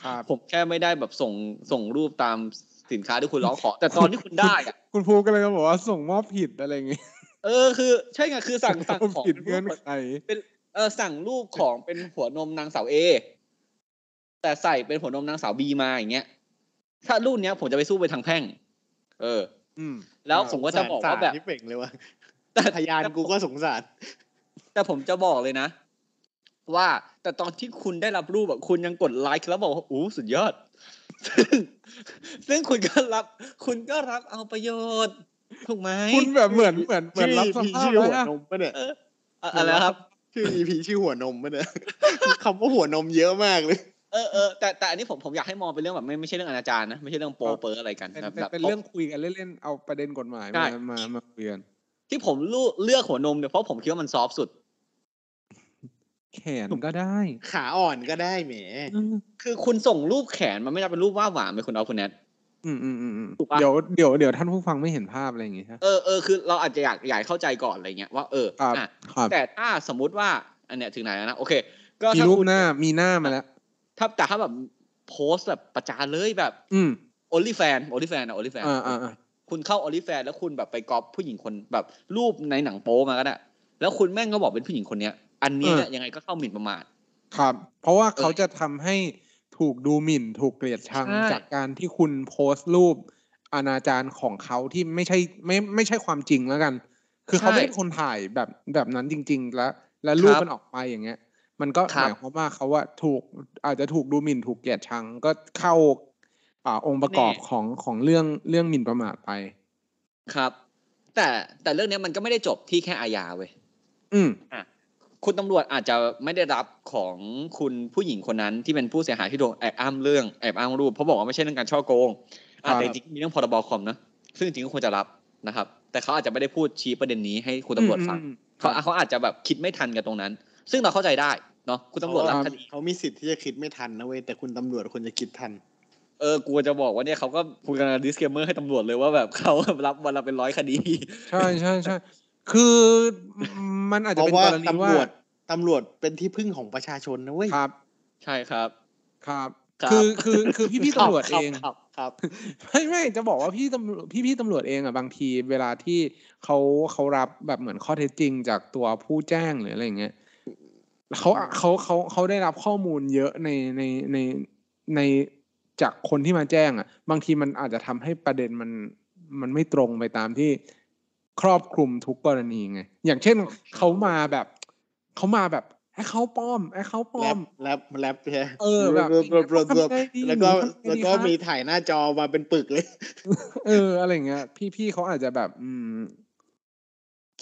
S1: ครับ
S2: ผมแค่ไม่ได้แบบส่งส่งรูปตามสินค้าที่คุณร้องขอ แต่ตอนที่คุณได้อะ
S1: คุณภูก็เลยก็บอกว่าส่งมอบผิดอะไรอย่างงี้
S2: เออคือใช่ไงคือสั่งสั่ง
S1: ส่ง
S2: ของ
S1: ผิด
S2: เป็นรู
S1: เงื่อ
S2: ป
S1: น
S2: หัว
S1: ไข
S2: เออสั่งรูปของเป็นหัวนมนางสาวเอแต่ใส่เป็นหัวนมนางสาวบีมาอย่างเงี้ยถ้ารุ่นเนี้ยผมจะไปสู้ไปทางแพ่ง เออ
S1: อืม
S2: แล้วผมก็จะบอกว่าแบบ
S3: สงสรที่เป่งเลยว่า
S2: แต่
S3: พยานกูก็สงสาร
S2: แต่ผมจะบอกเลยนะ ว่าแต่ตอนที่คุณได้รับรูปอะคุณยังกดไลค์แล้วบอกว่าอู้สุดย อด ซึ่งซึ่งคุณก็รับ คุณก็รับเอาประโยชน์ถูกไหม
S1: คุณแบบเหมือนเหมือนเหมือน
S3: ชื่
S1: รับส
S3: อี
S1: ภาพ
S3: ชื่อ
S1: แล้ว
S3: หัว
S1: นะ
S3: นมปะเนี่ย
S2: เอออะอะไรนะครับ
S3: ชื่อ EP ชื่อหัวนมปะ เนี่ยคำว่าหัวนมเยอะมากเลย
S2: เออเออแต่แต่อันนี้ผมผมอยากให้มองเป็นเรื่องแบบไม่ไม่ใช่เรื่องอนาจารนะไม่ใช่เรื่องโปเปอร์อะไรกัน
S1: เป็น
S2: แบบ
S1: เป็น
S2: แบบ
S1: เป็นเรื่องคุยกันเล่นๆ เอาประเด็นกฎหมาย
S2: ใช่
S1: มามามาคุยกัน
S2: ที่ผมเลือกเลือกหัวนมเนี่ยเพราะผมคิดว่ามันซอฟต์สุด
S1: แขนก็ได้
S3: ขาอ่อนก็ได้แหม
S1: อืม
S2: คือคุณส่งรูปแขนมันไม่ได้เป็นรูปว่าบหวานเป็นคุณเอาคุณแอด
S1: อืมอืมอืมอืม
S2: ถูกปะ
S1: เดี๋ยวเดี๋ยวเดี๋ยวท่านผู้ฟังไม่เห็นภาพอะไรอย่างงี้ใช่ไหม
S2: เออเออคือเราอาจจะอยากอยากเข้าใจก่อนอะไรเงี้ยว่าเออ
S1: ครับ
S2: อ่ะ
S1: ครับ
S2: แต่ถ้าสมมุติว่าอันเนี้ยถึงไหนแล้วนะ โอเค ก็
S1: มี
S2: ถ้า
S1: รูป
S2: คุณ
S1: หน้ามีหน้ามาแล้ว
S2: ถ้าแต่ถ้าแบบโพสต์แบบประจานเลยแบบ
S1: อืม
S2: โอลิแฟนโอลิแฟนอะโอลิแฟน
S1: อ่าอ่าอ่า
S2: คุณเข้าโอลิแฟนแล้วคุณแบบไปกรอบผู้หญิงคนแบบรูปในหนังโป๊มาก็ได้แล้วคุณแม่งก็บอกเป็นผู้หญิงคนเนี้ย อันเนี้ยเนี่ยยังไงก็เข้าหมิ่นประมาท
S1: ครับ เพราะว่าเขาจะทำให้ถูกดูหมิ่น ถูกเกลียดชัง
S2: ใช่
S1: จากการที่คุณโพสต์รูปอนาจารของเขาที่ไม่ใช่ไม่ไม่ใช่ความจริงแล้วกัน คือเขาไม่ได้เป็นคนถ่ายแบบแบบนั้นจริง ๆ แล้ว และรูป
S2: ครับ
S1: มันออกไปอย่างเงี้ย มันก็
S2: ค
S1: ห
S2: รับ
S1: มายความว่าเขาว่าถูกอาจจะถูกดูหมิ่น ถูกเกลียดชังก็เข้าอ่าองค์ประกอบของของเรื่องเรื่องหมิ่นประมาทไป
S2: ครับ แต่แต่เรื่องเนี้ยมันก็ไม่ได้จบที่แค่อาญาเว้ย
S1: อืม
S2: คุณตำรวจอาจจะไม่ได้รับของคุณผู้หญิงคนนั้นที่เป็นผู้เสียหายที่โดนแอบอ้างเรื่องแอบอ้างรูปเพราะบอกว่าไม่ใช่เรื่องการช่อโกง
S1: ค
S2: อ่ะ
S1: รับ
S2: แต่จริงๆมีเรื่องพรบคอมนะซึ่งจริงๆก็ควรจะรับนะครับ แต่เขาอาจจะไม่ได้พูดชี้ประเด็นนี้ให้คุณตำรวจฟัง
S1: อืมอืมอืม
S2: เขาเขาอาจจะแบบคิดไม่ทันกับตรงนั้น ซึ่งเราเข้าใจได้เนาะคุณตำรวจรับ
S1: ครับ
S2: คดี
S3: เขามีสิทธิ์ที่จะคิดไม่ทันนะเว้ยแต่คุณตำรวจควรจะคิดทัน
S2: เออกลัวจะบอกว่าเนี่ยเขาก็คุณกำลังดิสเคมเมอร์ให้ตำรวจเลยว่าแบบเขารับวันละเป็นร้อยคดี
S1: ใช่ใช่ใช่คือมันอาจ
S3: เพ
S1: จะเป็น
S3: ราะว่าก
S1: รณี
S3: ตำ
S1: ว่า
S3: รวจตำรวจเป็นที่พึ่งของประชาชนนะเว้ย
S1: ครับ
S2: ใช่ครับ
S1: ครับ
S2: ครับ
S1: คือคือคือพี่พี่ๆตำรวจ
S2: ค
S1: เอง
S2: บครับครับ
S1: ไม่ ไม่จะบอกว่าพี่ตำรวจพี่พี่ๆตำรวจเองอ่ะบางทีเวลาที่เขาเขารับแบบเหมือนข้อเท็จจริงจากตัวผู้แจ้งหรืออะไรอย่างเงี้ยเขาเขาเขาเขาได้รับข้อมูลเยอะในในในในจากคนที่มาแจ้ง อ่ะ บางทีมันอาจจะทำให้ประเด็นมันมันไม่ตรงไปตามที่ครอบคลุมทุกกรณีไงอย่างเช่นเขามาแบบเขามาแบบไอ้เขาป้อมไอ้เขาป้
S3: แร
S1: อ
S3: ป
S1: ม
S3: แรปแรปใช่ไหม
S1: เออแบบ
S3: รวบรวบรวบรวบ
S1: ทำไงดี
S3: แล้วก็
S1: หนูทำไงดี
S3: แล้วก็
S1: คะ
S3: มีถ่ายหน้าจอมาเป็นปึกเลย
S1: เอออะไรอย่างเงี้ย พี่พี่เขาอาจจะแบบ อืม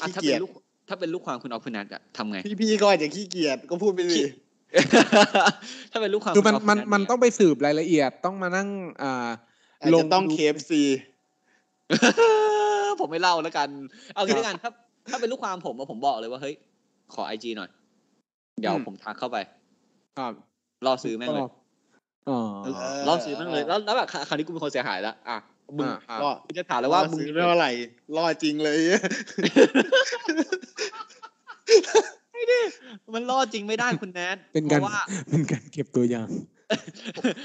S2: อ่ะ
S3: ขี้
S2: ถ้า
S3: เกี
S2: เป็
S3: ย
S2: น
S3: จ
S2: ลูกถ้าเป็นลูกความคุณเอาคุณนัทอะทำไง
S3: พี่ๆก็อาจจะขี้เกียจก็พูดไปสิ
S2: ถ้าเป็นลูกความ
S1: คือมัน
S2: ณ
S1: มัน
S2: เาค
S1: มันต้องไปสืบรายละเอียดต้องมานั่ง อ่า
S3: อาจ
S1: ลง
S3: จะต้อง
S1: ดู
S3: KFC
S2: ผมไม่เล่าแล้วกัน เอางี้แล้วกันถ้าถ้าเป็นลูกความผมอะผมบอกเลยว่าเฮ้ย ขอไอจีหน่อย เดี๋ยว
S1: อืม
S2: ผมทักเข้าไป
S1: ครับ
S2: ล่อซื้อแม่งเลย
S1: อ๋อ
S2: ล่อซื้อแม่งเลยแล้วแล้วแบบครคราวนี้กูเป็นคนเสียหายแล้วอ่ะมึง
S1: อ่ะครับ
S3: ก็
S2: กูจะถามแล้ว
S3: ว่า
S2: ว่า
S3: มึ
S2: มึ
S3: ง
S2: ง
S3: ซื้อเท่าไหร่ล่อจริงเลย
S2: มันรอดจริงไม่ได้คุณแนท
S1: เป็นการ
S2: พะว่า
S1: เป็นการเก็บตัวอย่าง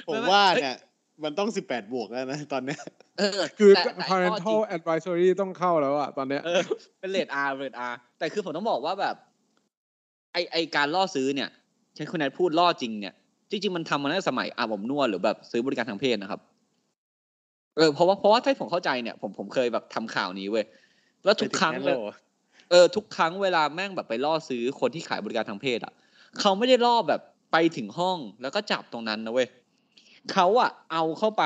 S3: ผมว่าเนี่ยมันต้องสิบแปดบวกแล้วนะตอนเนี้ย
S2: เออ
S1: คือ
S2: แต่แต่ข้อจริง
S1: parental advisory ต้องเข้าแล้วอะตอนเนี้ย
S2: เออเป็นเลดอาร์เลดอาร์แต่คือผมต้องบอกว่าแบบ ไอไอการล่อซื้อเนี่ยใช้คุณแอดพูดล่อจริงเนี่ย จริง ๆ มันทำมาตั้งแต่สมัยอาบอบนวดหรือแบบซื้อบริการทางเพศนะครับ เออเพราะว่าเพราะว่าถ้าผมเข้าใจเนี่ย ผมผมเคยแบบทำข่าวนี้เว้ยแล้วทุกครั้ง
S3: ไปถึงนั้
S2: เวน ลา
S3: แล้วเหรอ
S2: เออทุกครั้งเวลาแม่งแบบไปล่อซื้อคนที่ขายบริการทางเพศอ่ะเขาไม่ได้ล่อแบบไปถึงห้องแล้วก็จับตรงนั้นนะเว้ยเขาอะเอาเข้าไป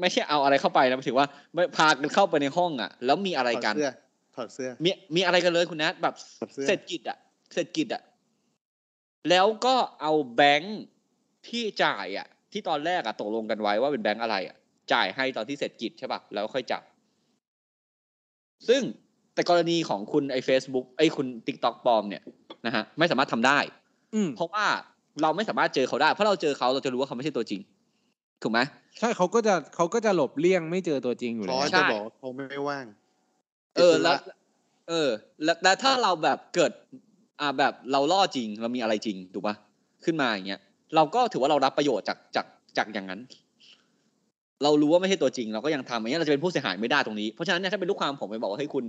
S2: ไม่ใช่เอาอะไรเข้าไปนะหมายถึงว่าไม่พากันเข้าไปในห้องอะแล้วมีอะไร
S3: ถอด
S2: กัน
S3: เสื้อถอดเสื้อ
S2: มีมีอะไรกันเลยคุณแอดแบบ
S3: กับเสื้อ
S2: เศรษฐกิจอะเศรษฐกิจอะแล้วก็เอาแบงค์ที่จ่ายอะที่ตอนแรกอะตกลงกันไว้ว่าเป็นแบงค์อะไรอะจ่ายให้ตอนที่เศรษฐกิจใช่ปะแล้วค่อยจับ ซึ่งแต่กรณีของคุณไอ้ Facebook ไอ้คุณ TikTok ปลอมเนี่ยนะฮะไม่สามารถทำได้
S1: อืม
S2: เพราะว่าเราไม่สามารถเจอเขาได้ เพราะเราเจอเขาเราจะรู้ว่าเขาไม่ใช่ตัวจริง ถูกไหม
S1: ใช่เขาก็จะเขาก็จะหลบเลี่ยงไม่เจอตัวจริงอยู่
S3: เพ
S1: แล้ว
S3: ราะ
S2: ใช่
S3: จะบอกว่าเขาไม่ว่าง
S2: เออแล้วเออ แล้วแล้วถ้าเราแบบเกิด อ่าแบบเราล่อจริงเรามีอะไรจริงถูกปะขึ้นมาอย่างเงี้ยเราก็ถือว่าเรารับประโยชน์จากจากจากอย่างนั้น เรารู้ว่าไม่ใช่ตัวจริง เราก็ยังทำอย่างเงี้ยเราจะเป็นผู้เสียหายไม่ได้ตรงนี้เพราะฉะนั้นเนี่ยถ้าเป็นลูกความผมไปบอกว่าเฮ้ยคุณ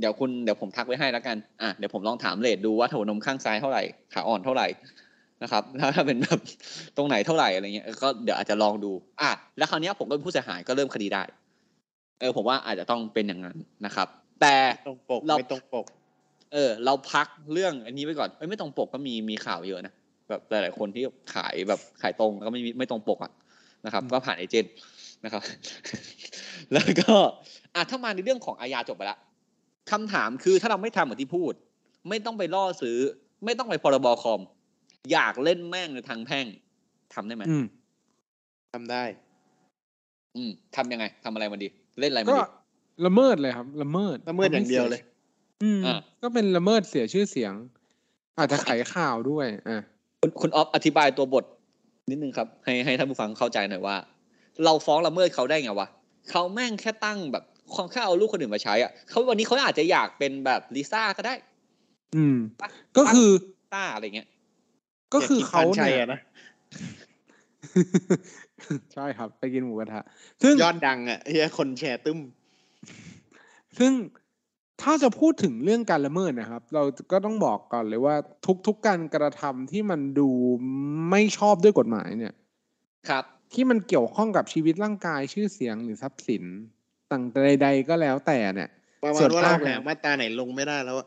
S2: เดี๋ยวคุณเดี๋ยวผมทักไว้ให้แล้วกันอ่ะเดี๋ยวผมลองถามเลดดูว่าถวนมข้างซ้ายเท่าไหร่ขาอ่อนเท่าไหร่นะครับ แล้วถ้าเป็นแบบตรงไหนเท่าไหร่อะไรเงี้ยก็เดี๋ยวอาจจะลองดู อ่ะแล้วคราวเนี้ยผมก็เป็นผู้เสียหายก็เริ่มคดีได้ เออผมว่าอาจจะต้องเป็นอย่างนั้นนะครับ แต่
S3: ตรงปก
S2: เรา
S3: ไม่ตรงปก
S2: เออ เราพักเรื่องอันนี้ไว้ก่อนเอ้ยไม่ตรงปกก็มีมีข่าวเยอะนะแบบหลายๆคนที่ขายแบบขายตรงแล้วก็ไม่มีไม่ตรงปกอ่ะนะครับ ก็ผ่านเอเจนต์นะครับ แล้วก็อ่ะถ้ามาในเรื่องของอาญาจบไปละคำถามคือถ้าเราไม่ทำเหมือนที่พูด ไม่ต้องไปล่อซื้อ ไม่ต้องไปพรบคอม อยากเล่นแม่งในทางแพ่งทำได้ไหม
S1: อืม
S3: ทำได้
S2: อืมทำยังไงทำอะไรมันดี เล่นอะไรมัน
S1: ก็
S2: ดี
S1: ละเมิดเลยครับ ละเมิด
S3: ละเมิดอย่างเดียวเลย
S1: อืม
S2: อ่ะ
S1: ก็เป็นละเมิดเสียชื่อเสียง อาจจะขายข่าวด้วยอ่ะ
S2: คุณคุณออฟอธิบายตัวบทนิดนึงครับ ให้ให้ท่านผู้ฟังเข้าใจหน่อยว่า เราฟ้องละเมิดเขาได้ไงวะเขาแม่งแค่ตั้งแบบความแค่เอาลูกคนอื่นมาใช้อ่ะเขาวันนี้เขาอาจจะอยากเป็นแบบลิซ่าก็ได้
S1: อืม ก็คือ
S2: ต้าอะไรเงี้ย
S1: ก็คือเขา
S3: ยกกินปนชั
S1: เนี่ยย
S3: อะนะ
S1: ใช่ครับ ไปกินหมูกระทะซึ่ง
S3: ยอดดังอ่ะเฮียคนแชร์ตึ้ม
S1: ซึ่งถ้าจะพูดถึงเรื่องการละเมิดนะครับ เราก็ต้องบอกก่อนเลยว่า ทุกๆการกระทำที่มันดูไม่ชอบด้วยกฎหมายเนี่ย
S2: ครับ
S1: ที่มันเกี่ยวข้องกับชีวิตร่างกายชื่อเสียงหรือทรัพย์สินต่างใด ๆ ก็แล้วแต่เนี่ย
S3: ประมา
S1: ส่ว
S3: ณ
S1: น
S3: ว่าเรา
S1: มากเลย
S3: หามาตราไหนลงไม่ได้แล้วอะ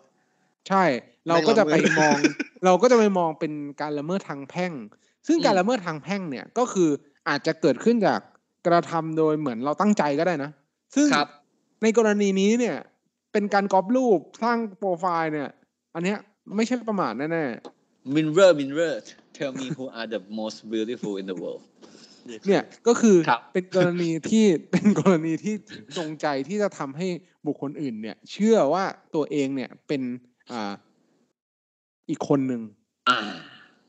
S1: ใช่เราก็จะไป
S3: ไม่ละเมิ
S1: มอ
S3: ด
S1: ง เราก็จะไปมองเป็นการละเมิดทางแพ่ง ซึ่ง
S2: อืม
S1: การละเมิดทางแพ่งเนี่ยก็คืออาจจะเกิดขึ้นจากกระทำโดยเหมือนเราตั้งใจก็ได้นะ ซึ่ง
S2: ครับ
S1: ในกรณีนี้เนี่ยเป็นการก๊อปรูปสร้างโปรไฟล์เนี่ย อันเนี้ยไม่ใช่ประมาทแน่
S2: Mirror Mirror tell me who are the most beautiful in the world
S1: ๆเนี่ยก็คือ
S2: ครับ
S1: เป็นกรณีที่ เป็นกรณีที่จงใจที่จะทำให้บุคคลอื่นเนี่ย เชื่อว่าตัวเองเนี่ยเป็นอ่าอีกคนหนึ่ง
S2: อ่า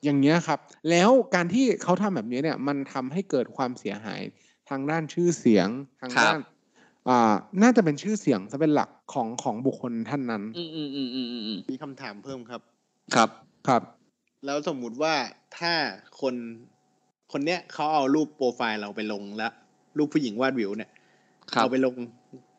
S1: อย่างเงี้ยครับ แล้วการที่เขาทำแบบนี้เนี่ยมันทำให้เกิดความเสียหายทางด้านชื่อเสียงทางด้านอ่าน่าจะเป็นชื่อเสียงจะเป็นหลักของของบุคคลท่านนั้น
S2: อืมอืมอืมอืมอืมอืม
S3: มีคำถามเพิ่มครับ
S2: ครับ
S1: ครับ
S3: แล้วสมมุติว่าถ้าคนคนเนี้ยเขาเอารูปโปรไฟล์เราไปลงแล้วรูปผู้หญิงวาดวิวเนี่ย
S2: ครับ
S3: เอาไปลง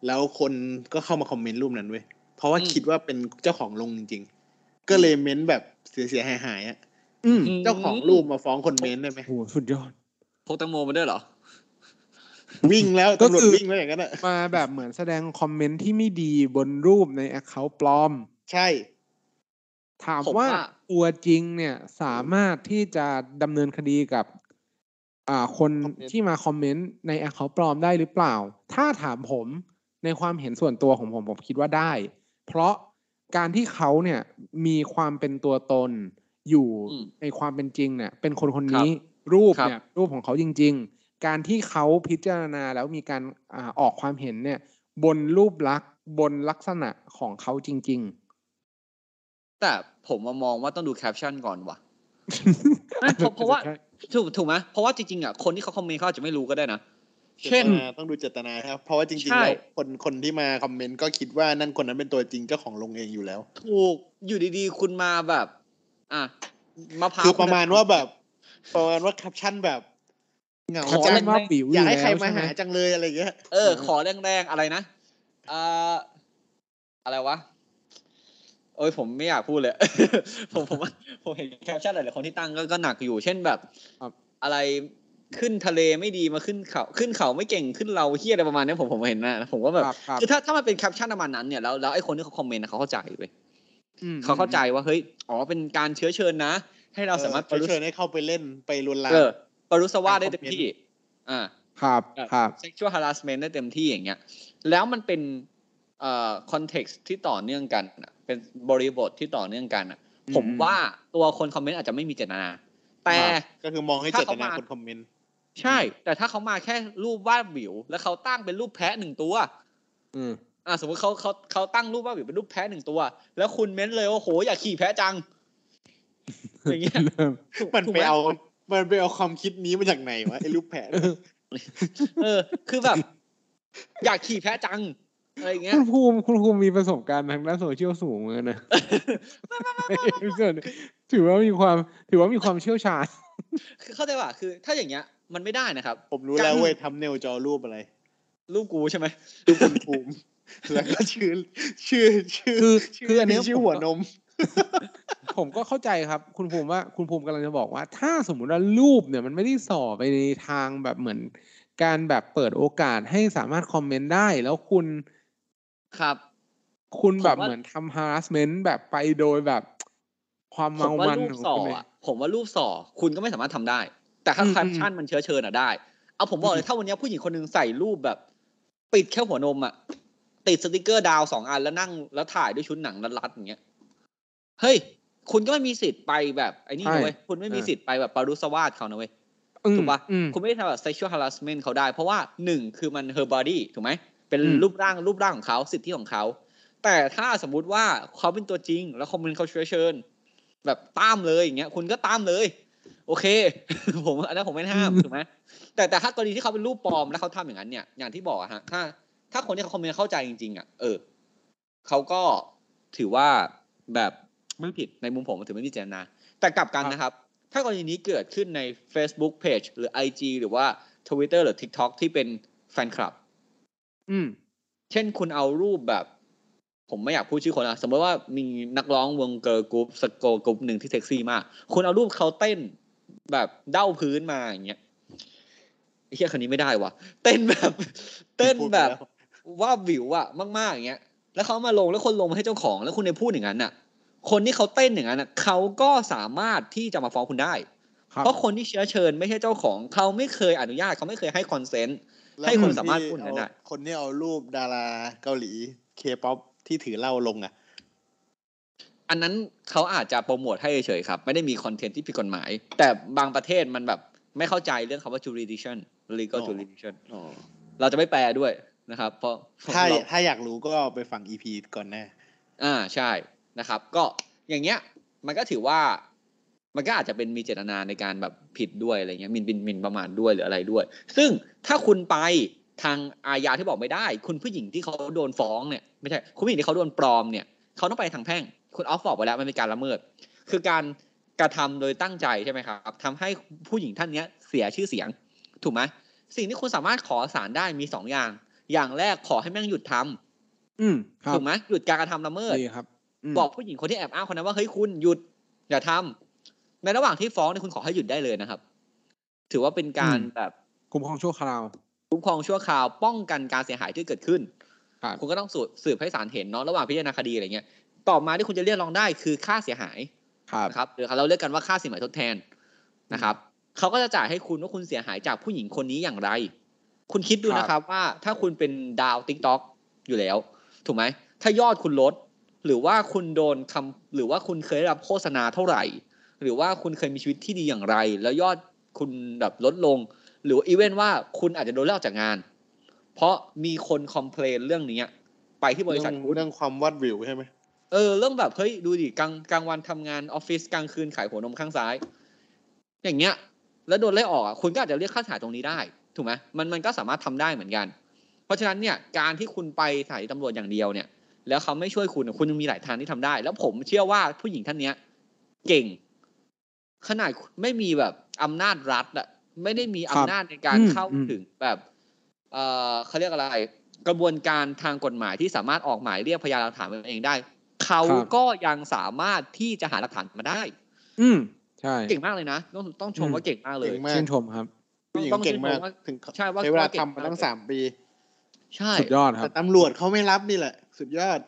S3: แล้วคนก็เข้ามาคอมเมนต์รูปนั้นเว้ยเพราะว่า
S2: อืม
S3: คิดว่าเป็นเจ้าของลงจริง ๆ ก็เลยเม้นต์แบบเสียเสียหายหายๆอะ
S1: อืม
S3: เจ้าของรูปมาฟ้องคนเม้นต์ได้ไหม
S1: โหสุดยอด
S2: พกแตังโมมาด้วยเหรอ
S3: วิ่งแล้ว
S1: ก็
S3: ตำรวจ
S1: คือ
S3: วิ่งแล้วอย่างนั้นอะ
S1: มาแบบเหมือนแสดงคอมเมนต์ที่ไม่ดีบนรูปในแอคเคาท์ปลอม
S3: ใช่
S1: ถาม
S2: ผม
S1: ว่า
S2: ว่า
S1: ตัวจริงเนี่ยสามารถที่จะดำเนินคดีกับ อ่าคนที่มาคอมเมนต์ในแอคเคาท์ปลอมได้หรือเปล่า ถ้าถามผมในความเห็นส่วนตัวของผมผมคิดว่าได้ เพราะการที่เขาเนี่ยมีความเป็นตัวตนอยู่
S2: อืม
S1: ในความเป็นจริงเนี่ย เป็นคนคน
S2: ครับ
S1: นี้รูป
S2: ครับ
S1: เนี่ยรูปของเขาจริง ๆ การที่เขาพิจารณาแล้วมีการอาออกความเห็นเนี่ย บนรูปลักษณ์บนลักษณะของเขาจริง
S2: แต่ผมมามองว่าต้องดูแคปชั่นก่อน ว่ะ
S1: ๆ
S2: ไม่เพราะเพราะว่า ถูกถูกไหมเพราะว่าจริงๆอ่ะคนที่เขาคอมเมนต์เขาอาจจะไม่รู้ก็ได้นะ เช่น
S3: จตาต้องดูเจตนาครับ เพราะว่าจริง
S2: ใช่
S3: ๆแล้วคนคนที่มาคอมเมนต์ก็คิดว่านั่นคนนั้นเป็นตัวจริงเจ้าของลงเองอยู่แล้ว
S2: ถูกอยู่ดีๆ คุณมาแบบ อ่ะมะพร้าว
S3: คือประมาณว่าแบบ ประมาณว่าแคปชั่นแบบ เหงา
S1: ขอ
S3: จั
S1: มั
S3: ง
S1: นว่าบิวอ
S3: อยาก
S1: ยู่
S3: ให้
S1: แล้ว
S3: ใครมา
S1: ใช่ไหม
S3: หาจังเลยอะไรอย่างเงี้ย
S2: เออ ขอแรงๆ อะไรนะอ่าอะไรวะ โอ้ยผมไม่อยากพูดเลย ผมผมผมเห็นแคปชั่นหลายๆคนที่ตั้งก็ก็หนักอยู่ เช่นแบบอะไรขึ้นทะเลไม่ดีมาขึ้นเขาขึ้นเขาไม่เก่งขึ้นเราเฮียอะไรประมาณเนี้ยผมผมเห็นนะผมก็แบบ
S1: ครับครับ
S2: คือถ้าถ้ามันเป็นแคปชั่นประมาณนั้นเนี่ยแล้วแล้วไอ้คนที่เขาคอมเมนต์น่ะเขาเข้าใจเว้ย
S1: อืม
S2: เขาเข้าใจว่าเฮ้ยอ๋อเป็นการเชื้อเชิญนะ ให้เราสามารถป
S3: เออ
S2: รุส
S3: เชิญให้เข้าไปเล่นไปลวนลาม
S2: เออปรุสวาสได้
S3: ทางคอมเมนต์
S2: เต็มที่ อ่า
S1: ครับครับ
S2: sexual harassment ได้เต็มที่อย่างเงี้ย แล้วมันเป็นเอ่อ context ที่ต่อเนื่องกันน่ะเป็นบริบทที่ต่อเนื่องกันน่ะ
S1: อืม
S2: ผมว่าตัวคนคอมเมนต์อาจจะไม่มีเจตนา แต่
S3: ก็คือมองให้เจตนาคนคอมเมนต์
S2: ใช่ แต่ถ้าเขามาแค่รูปวาดหวิว แล้วเขาตั้งเป็นรูปแพะหนึ่งตัว
S1: อืม
S2: อ่ะสมมติเขาเขาเขาตั้งรูปว่าแบบเป็นรูปแพะหนึ่งตัว แล้วคุณเม้นเลยว่าโหอยากขี่แพะจัง อย่างเงี้ย
S1: เริ่ม
S2: ถูก
S3: มัน
S2: ถูก
S3: ไป
S2: ห
S3: เอา มันไปเอาความคิดนี้มาจากไหนวะไอ้รูปแผน
S2: เออ คือแบบ อยากขี่แพะจังอะไรอย่างเงี้ย
S1: คุณภูมิคุณภูมิมีประสบการณ์ทางด้านโซเชียลสูงเหมือนกันนะ ส่วนถือว่ามีความถือว่ามีความเชี่ยวชาญ
S2: คือเข้าใจป่ะคือ ถ้าอย่างเงี้ยมันไม่ได้นะครับ
S3: ผมรู้แล้วเว้ยทำเนลจอรูปอะไร
S2: รูปกูใช่ไหม
S3: รูปคุณภูมิ แล้วก็ชื่อ ชื่อ ชื่อ
S1: คือ
S3: ชื่
S1: คืออันเนี้ย
S3: ชื่อหัวนม
S1: ผมก็เข้าใจครับ คุณภูมิว่าคุณภูมิกำลังจะบอกว่า ถ้าสมมุติว่ารูปเนี่ยมันไม่ได้ส่อไปในทางแบบเหมือน การแบบเปิดโอกาสให้สามารถคอมเมนต์ได้ แล้วคุณ
S2: ครับ
S1: คุณ
S2: ผมว่า
S1: แบบเหมือนทำ harassment แบบไปโดยแบบ ความ
S2: ผ
S1: เมาม
S2: ว่า
S1: มัน
S2: รูป
S1: ของ
S2: ส่อ
S1: คุณเนี่ย
S2: อะผมว่ารูปส่อคุณก็ไม่สามารถทำได้ แต่ถ้า
S1: อืม
S2: แคปชั่นมันเชื้อเชิญอะได้ เอาผมบอกเลยถ้าวันเนี้ยผู้หญิงคนหนึงใส่รูปแบบ ปิดแค่หัวนมอะติดสติกเกอร์ดาวสองอันแล้วนั่งแล้วถ่ายด้วยชุดหนังรัดๆอย่างเงี้ยเฮ้ย คุณก็ไม่มีสิทธิ์ไปแบบไอ้นี่
S1: ใช่
S2: นะเว้ยคุณไม่มี
S1: เออ
S2: สิทธิ์ไปแบบปารุสวาสเขานะเว้ย
S1: อืม
S2: ถูกปะ
S1: อืม
S2: คุณไม่ได้ทำแบบ sexual harassment เขาได้ เพราะว่าหนึ่งคือมัน her body ถูกไหม เป็น
S1: อืม
S2: รูปร่างรูปร่างของเขาสิทธิของเขา แต่ถ้าสมมุติว่าเขาเป็นตัวจริง แล้วคอมเมนต์เขาเชื้อเชิญ แบบตามเลยอย่างเงี้ย คุณก็ตามเลย โอเค ผมอันนั้นผมไม่ห้ามถูกไหมแต่แต่ถ้ากรณีที่เขาเป็นรูปปลอมแล้วเขาทำอย่างนั้นเนี่ยอย่างที่บอกอะฮะถ้า ถ้าคนที่เขาคอมเมนต์เข้าใจจริงๆอ่ะเออเขาก็ถือว่าแบบไม่ผิดในมุมผมถือไม่มีเจตนาแต่กลับกันนะครับ ถ้ากรณีนี้เกิดขึ้นใน Facebook Page หรือ IG หรือว่า Twitter หรือ TikTok ที่เป็นแฟนคลับ
S1: อืม
S2: เช่นคุณเอารูปแบบ ผมไม่อยากพูดชื่อคนนะสมมติว่ามีนักร้องวงเกิร์ลกรุ๊ปสโกกรุ๊ปหนึ่งที่เซ็กซี่มาก คุณเอารูปเขาเต้นแบบเด้าพื้นมาอย่างเงี้ยไอ้เฮียคนนี้ไม่ได้วะเต้นแบบ เต้นแบบ ว่าบวิวอะมากๆอย่างเงี้ย แล้วเขามาลงแล้วคนลงมาให้เจ้าของ แล้วคุณไปพูดอย่างนั้นน่ะ คนที่เขาเต้นอย่างนั้นน่ะเขาก็สามารถที่จะมาฟ้องคุณได้
S1: ครับ
S2: เพราะคนที่เชื้อเชิญไม่ใช่เจ้าของ เขาไม่เคยอนุญาตเขาไม่เคยให้คอนเซนต์ ให้คนสามารถพูดอย่างนั้นได้
S3: แล้วคนที่เอาคนที่เอารูปดาราเกาหลีเคป๊อปที่ถือเหล้าลงอ่ะ
S2: อันนั้นเขาอาจจะโปรโมทให้เฉยๆครับ ไม่ได้มีคอนเทนต์ที่ผิดกฎหมาย แต่บางประเทศมันแบบไม่เข้าใจเรื่องคำว่า jurisdiction legal
S3: อ๋อ
S2: jurisdiction เราจะไม่แปลด้วยนะครับ เพราะ
S3: ถ้า
S2: เรา
S3: ถ้าอยากรู้ก็ไปฟังอีพีก่อนหน้า
S2: อ่าใช่นะครับ ก็อย่างเงี้ย มันก็ถือว่ามันก็อาจจะเป็นมีเจตนาในการแบบผิดด้วยอะไรเงี้ยหมินบินหมินประมาทด้วยหรืออะไรด้วย ซึ่งถ้าคุณไปทางอาญาที่บอกไม่ได้ คุณผู้หญิงที่เขาโดนฟ้องเนี่ยไม่ใช่คุณผู้หญิงที่เขาโดนปลอมเนี่ยเขาต้องไปทางแพ่ง คุณออฟบอกไปแล้วมันเป็นการละเมิด คือการกระทำโดยตั้งใจใช่ไหมครับทำให้ผู้หญิงท่านเนี้ยเสียชื่อเสียง ถูกไหมสิ่งที่คุณสามารถขอศาลได้มีสองอย่าง อย่างแรกขอให้แม่งหยุดทำ
S1: อืมครั
S2: ถู
S1: บ
S2: กไหมหยุดการกระทำละเมิด
S1: ดีครับม
S2: บอกผู้หญิงคนที่แอบอ้างคนนั้นว่าเฮ้ยคุณหยุดอย่าทำในระหว่างที่ฟ้องเนี่ยคุณขอให้หยุดได้เลยนะครับ ถือว่าเป็นการแบบ
S1: คุ้มครองชั่วคราว
S2: คุ้มครองชั่วคราวป้องกันการเสียหายที่เกิดขึ้น
S1: ครับ
S2: คุณก็ต้องสืบสืบให้ศาลเห็นเนาะระหว่างพิจารณาคดีอะไรเงี้ยต่อมาที่คุณจะเรียกร้องได้คือค่าเสียหาย
S1: ครับ
S2: นะครับหรือเราเรียกกันว่าค่าสินไหมทดแทนนะครับเขาก็จะจ่ายให้คุณว่าคุณเสียหายจากผู้หญิงคนนี้อย่างไร คุณคิดดูนะครับว่าถ้าคุณเป็นดาวติ๊กต็อกอยู่แล้ว ถูกไหม ถ้ายอดคุณลด หรือว่าคุณโดนคำหรือว่าคุณเคยได้รับโฆษณาเท่าไหร่ หรือว่าคุณเคยมีชีวิตที่ดีอย่างไร แล้วยอดคุณแบบลดลง หรืออีเวนว่าคุณอาจจะโดนไล่ออกจากงาน เพราะมีคนคอมเพลนเรื่องนี้ไปที่บริษัทคุณ
S3: เรื่องความวัดวิวใช่ไหม
S2: เออเรื่องแบบเฮ้ยดูดิกลางกลางวันทำงานออฟฟิศกลางคืนขายหัวนมข้างซ้าย อย่างเงี้ย แล้วโดนไล่ออกอ่ะคุณก็อาจจะเรียกค่าถ่ายตรงนี้ได้ ถูกไหมมันมันก็สามารถทำได้เหมือนกัน เพราะฉะนั้นเนี่ยการที่คุณไปสถานีตำรวจอย่างเดียวเนี่ย แล้วเขาไม่ช่วยคุณคุณยังมีหลายทางที่ทำได้ แล้วผมเชื่อว่าผู้หญิงท่านเนี้ย เก่ง ขนาดไม่มีแบบอำนาจรัฐอะไม่ได้มีอำนาจในการ
S1: อืม
S2: เข้า
S1: อืม
S2: ถึงแบบ เอ่อเขาเรียกอะไร กระบวนการทางกฎหมายที่สามารถออกหมายเรียกพยานหลักฐานมาเองได้ เขา
S1: ครับ
S2: ก็ยังสามารถที่จะหาหลักฐานมาได้
S1: อืมใช่
S2: เก่งมากเลยนะ ต้องต้องชม
S1: อืม
S2: ว่าเก่งมากเลย
S3: เก่งมาก
S1: ชื่นชมครับ
S3: ผู้หญิง
S2: ต้อง
S3: เก่งมาก
S2: ชื่นชมว่า
S3: ถึง
S2: ใช่ว่า
S3: ใช้เวลา
S2: ว่าเก่ง
S3: ทำมาตั้งสามปี
S2: ใช่
S1: สุดยอดค
S3: แต่
S1: รับ
S3: ตำรวจเขาไม่รับนี่แหละ สุดยอด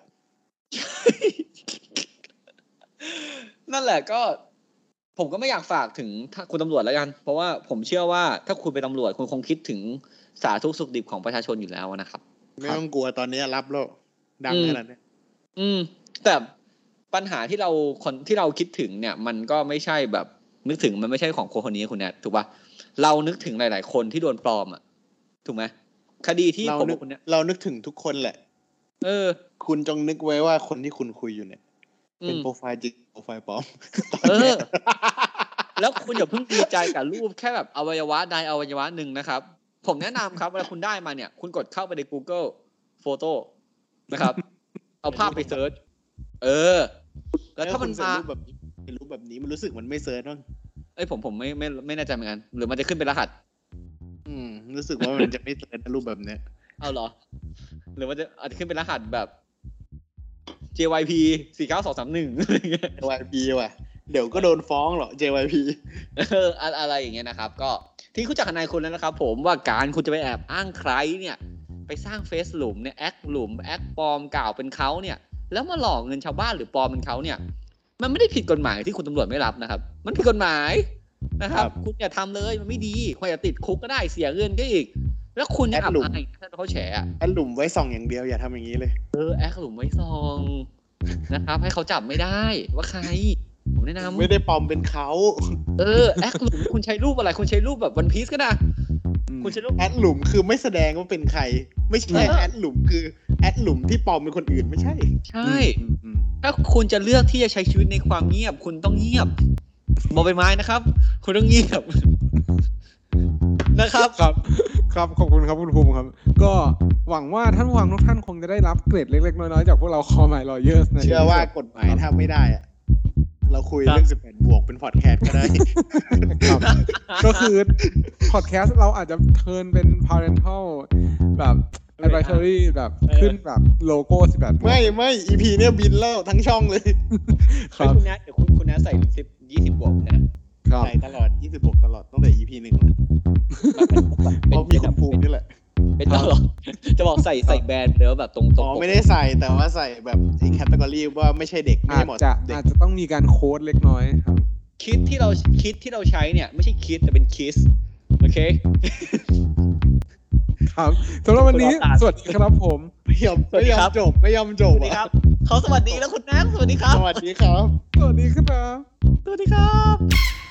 S2: นั่นแหละก็ ผมก็ไม่อยากฝากถึงถ้าคุณตำรวจแล้วกัน เพราะว่าผมเชื่อว่าถ้าคุณเป็นตำรวจคุณคงคิดถึงสาธุสุขดิบของประชาชนอยู่แล้วนะครับ
S3: ไม่ต้องกลัวตอนนี้รับแล้วดัง
S2: อื
S3: ข
S2: ม
S3: นาดนี้
S2: อืม แต่ปัญหาที่เราคนที่เราคิดถึงเนี่ย มันก็ไม่ใช่แบบนึกถึงมันไม่ใช่ของคนคนนี้คุณแนทถูกปะเรานึกถึงหลาย ๆ คนที่โดนปลอมอ่ะถูกไหมคดีที่
S3: เรา
S2: ผม
S3: นึ
S2: กั
S3: ก
S2: บคุณเนี่ย
S3: เรานึกถึงทุกคนแหละ
S2: เออ
S3: คุณจงนึกไว้ว่าคนที่คุณคุยอยู่เนี่ย
S2: อื
S3: เป็น
S2: ม
S3: โปรไฟล์จริงโปรไฟล์ปลอม
S2: เออ แล้วคุณอย่าเพิ่งดีใจกับรูปแค่แบบอวัยวะใดอวัยวะหนึ่งนะครับ ผมแนะนำครับเวลาคุณได้มาเนี่ย คุณกดเข้าไปใน Google โฟโต้ นะครับ เอาภาพไปเซิร์ชเออ แล้วถ้ามัน
S3: เออคุณเสิ
S2: มา
S3: ร์ชรูปแบบนี้เป็นรูปแบบนี้มันรู้สึกมันไม่เซิร์ชบ้าง
S2: เอ้ยผมผมไม่ไม่ไม่แน่ใจเหมือนกันหรือมันจะขึ้นเป็นรหัส
S3: อืม รู้สึกว่ามันจะไม่เซิร์ชนะรูปแบบ เนี้ย
S2: เอาเหรอ หรือมันจะอาจจะขึ้นเป็นรหัสแบบ JYP สี่เก้าสองสามหนึ่ง
S3: JYP ว่ะ เดี๋ยวก็โดนฟ้องหรอ JYP
S2: เอออะอะไรอย่างเงี้ยนะครับ ก็ที่คุณจักรนายคุณแล้วนะครับ ผมว่าการคุณจะไปแอบอ้างใครเนี่ย ไปสร้างเฟซหลุมเนี่ยแอคหลุมแอคปลอมกล่าวเป็นเขาเนี่ย แล้วมาหลอกเงินชาวบ้านหรือปลอมเป็นเขาเนี่ย มันไม่ได้ผิดกฎหมายที่คุณตำรวจไม่รับนะครับ มันผิดกฎหมายนะครับ
S3: ครับ
S2: คุณอย่าทำเลยมันไม่ดีคุณอย่าติดคุกก็ได้เสียเงินก็อีก แล้วคุณยัง
S3: แอค
S2: อับ
S3: หลุม
S2: อายนะถ้าเขาแฉอะ
S3: อันหลุมไว้ส่องอย่างเดียวอย่าทำอย่างนี้เลย
S2: เออแอคหลุมไว้ซองนะครับ ให้เขาจับไม่ได้ว่าใคร ผมแนะนำ
S3: ไม่ได้ปลอมเป็นเขา
S2: เออแอคหลุมคุณใช้รูปอะไรคุณใช้รูปแบบวันพีซก็ได้
S1: อืม
S2: คุณใช้รูป
S3: แอดหลุมคือไม่แสดงว่าเป็นใคร ไม่ใช่
S2: เออ
S3: แอดหลุมคือแอดหลุมที่ปลอมเป็นคนอื่นไม่ใช่
S2: ใช่
S1: อืมอืม
S2: ถ้าคุณจะเลือกที่จะใช้ชีวิตในความเงียบ คุณต้องเงียบบอกเป็นไม้นะครับ คุณต้องเงียบ นะครับ
S1: ครับ ครับขอบคุณครับคุณภูมิครับ ก็หวังว่าท่านผู้ฟังทุกท่านคงจะได้รับเกรดเล็ก ๆ น้อยๆจากพวกเราคอมายลอเยอร์
S3: เชื่อว่ากฎหมายถ้าไม่ได้อะเราคุย
S2: ครับ
S3: เรื่องสิบแปดบวกเป็นพอดแคสต์ก็ได้
S1: ครับก็คือพอดแคสต์เราอาจจะเทิร์นเป็น parental แบบ advisory แบบขึ้นแบบโลโก้สิบแปด
S3: ไม่ไม่อีพีเนี่ยบินแล้วทั้งช่องเลย
S1: ครับ
S2: คุณนะเดี๋ยวคุณคุณนะใส่สิบยี่สิบบวกนะครับ
S3: ใส่ตลอดยี่สิบกตลอดตั้งแต่อีพีหนึ่งเลยเพราะมีคุณภูมินี่แหละ
S2: เป็นตลก จะบอกใส่ใส่แบรนด์เดี๋ยวแบบตรงตร
S3: อ๋
S2: ง
S3: อไม่ได้ใส่แต่ว่าใส่แบบไอ้แคตตาล็อว่าไม่ใช่เด็กไม่
S1: อาจ
S3: ใช่หมอ
S1: จะ
S3: เด็ก
S1: อาจจะต้องมีการโค้ดเล็กน้อยครับ
S2: คิดที่เราคิดที่เราใช้เนี่ย ไม่ใช่คิดแต่เป็นคิสโอเค
S1: ครับสำหรับวันนี้
S2: คนละตา
S1: สวัสดีครับผม
S3: ไม่ยอม
S2: สวัส
S3: ไม่
S2: ดี
S3: ยอ
S2: ครั
S3: ม
S2: บ
S3: จบไม่ยอมจ
S2: ส
S3: บ
S2: วัสดีค
S3: อ่ะ
S2: รับเขาสวัสดีแล้วคุณนะสวัสดีครับ
S3: สวัสดีครับ
S1: สวัสดีครับ
S2: สวัสดีครับ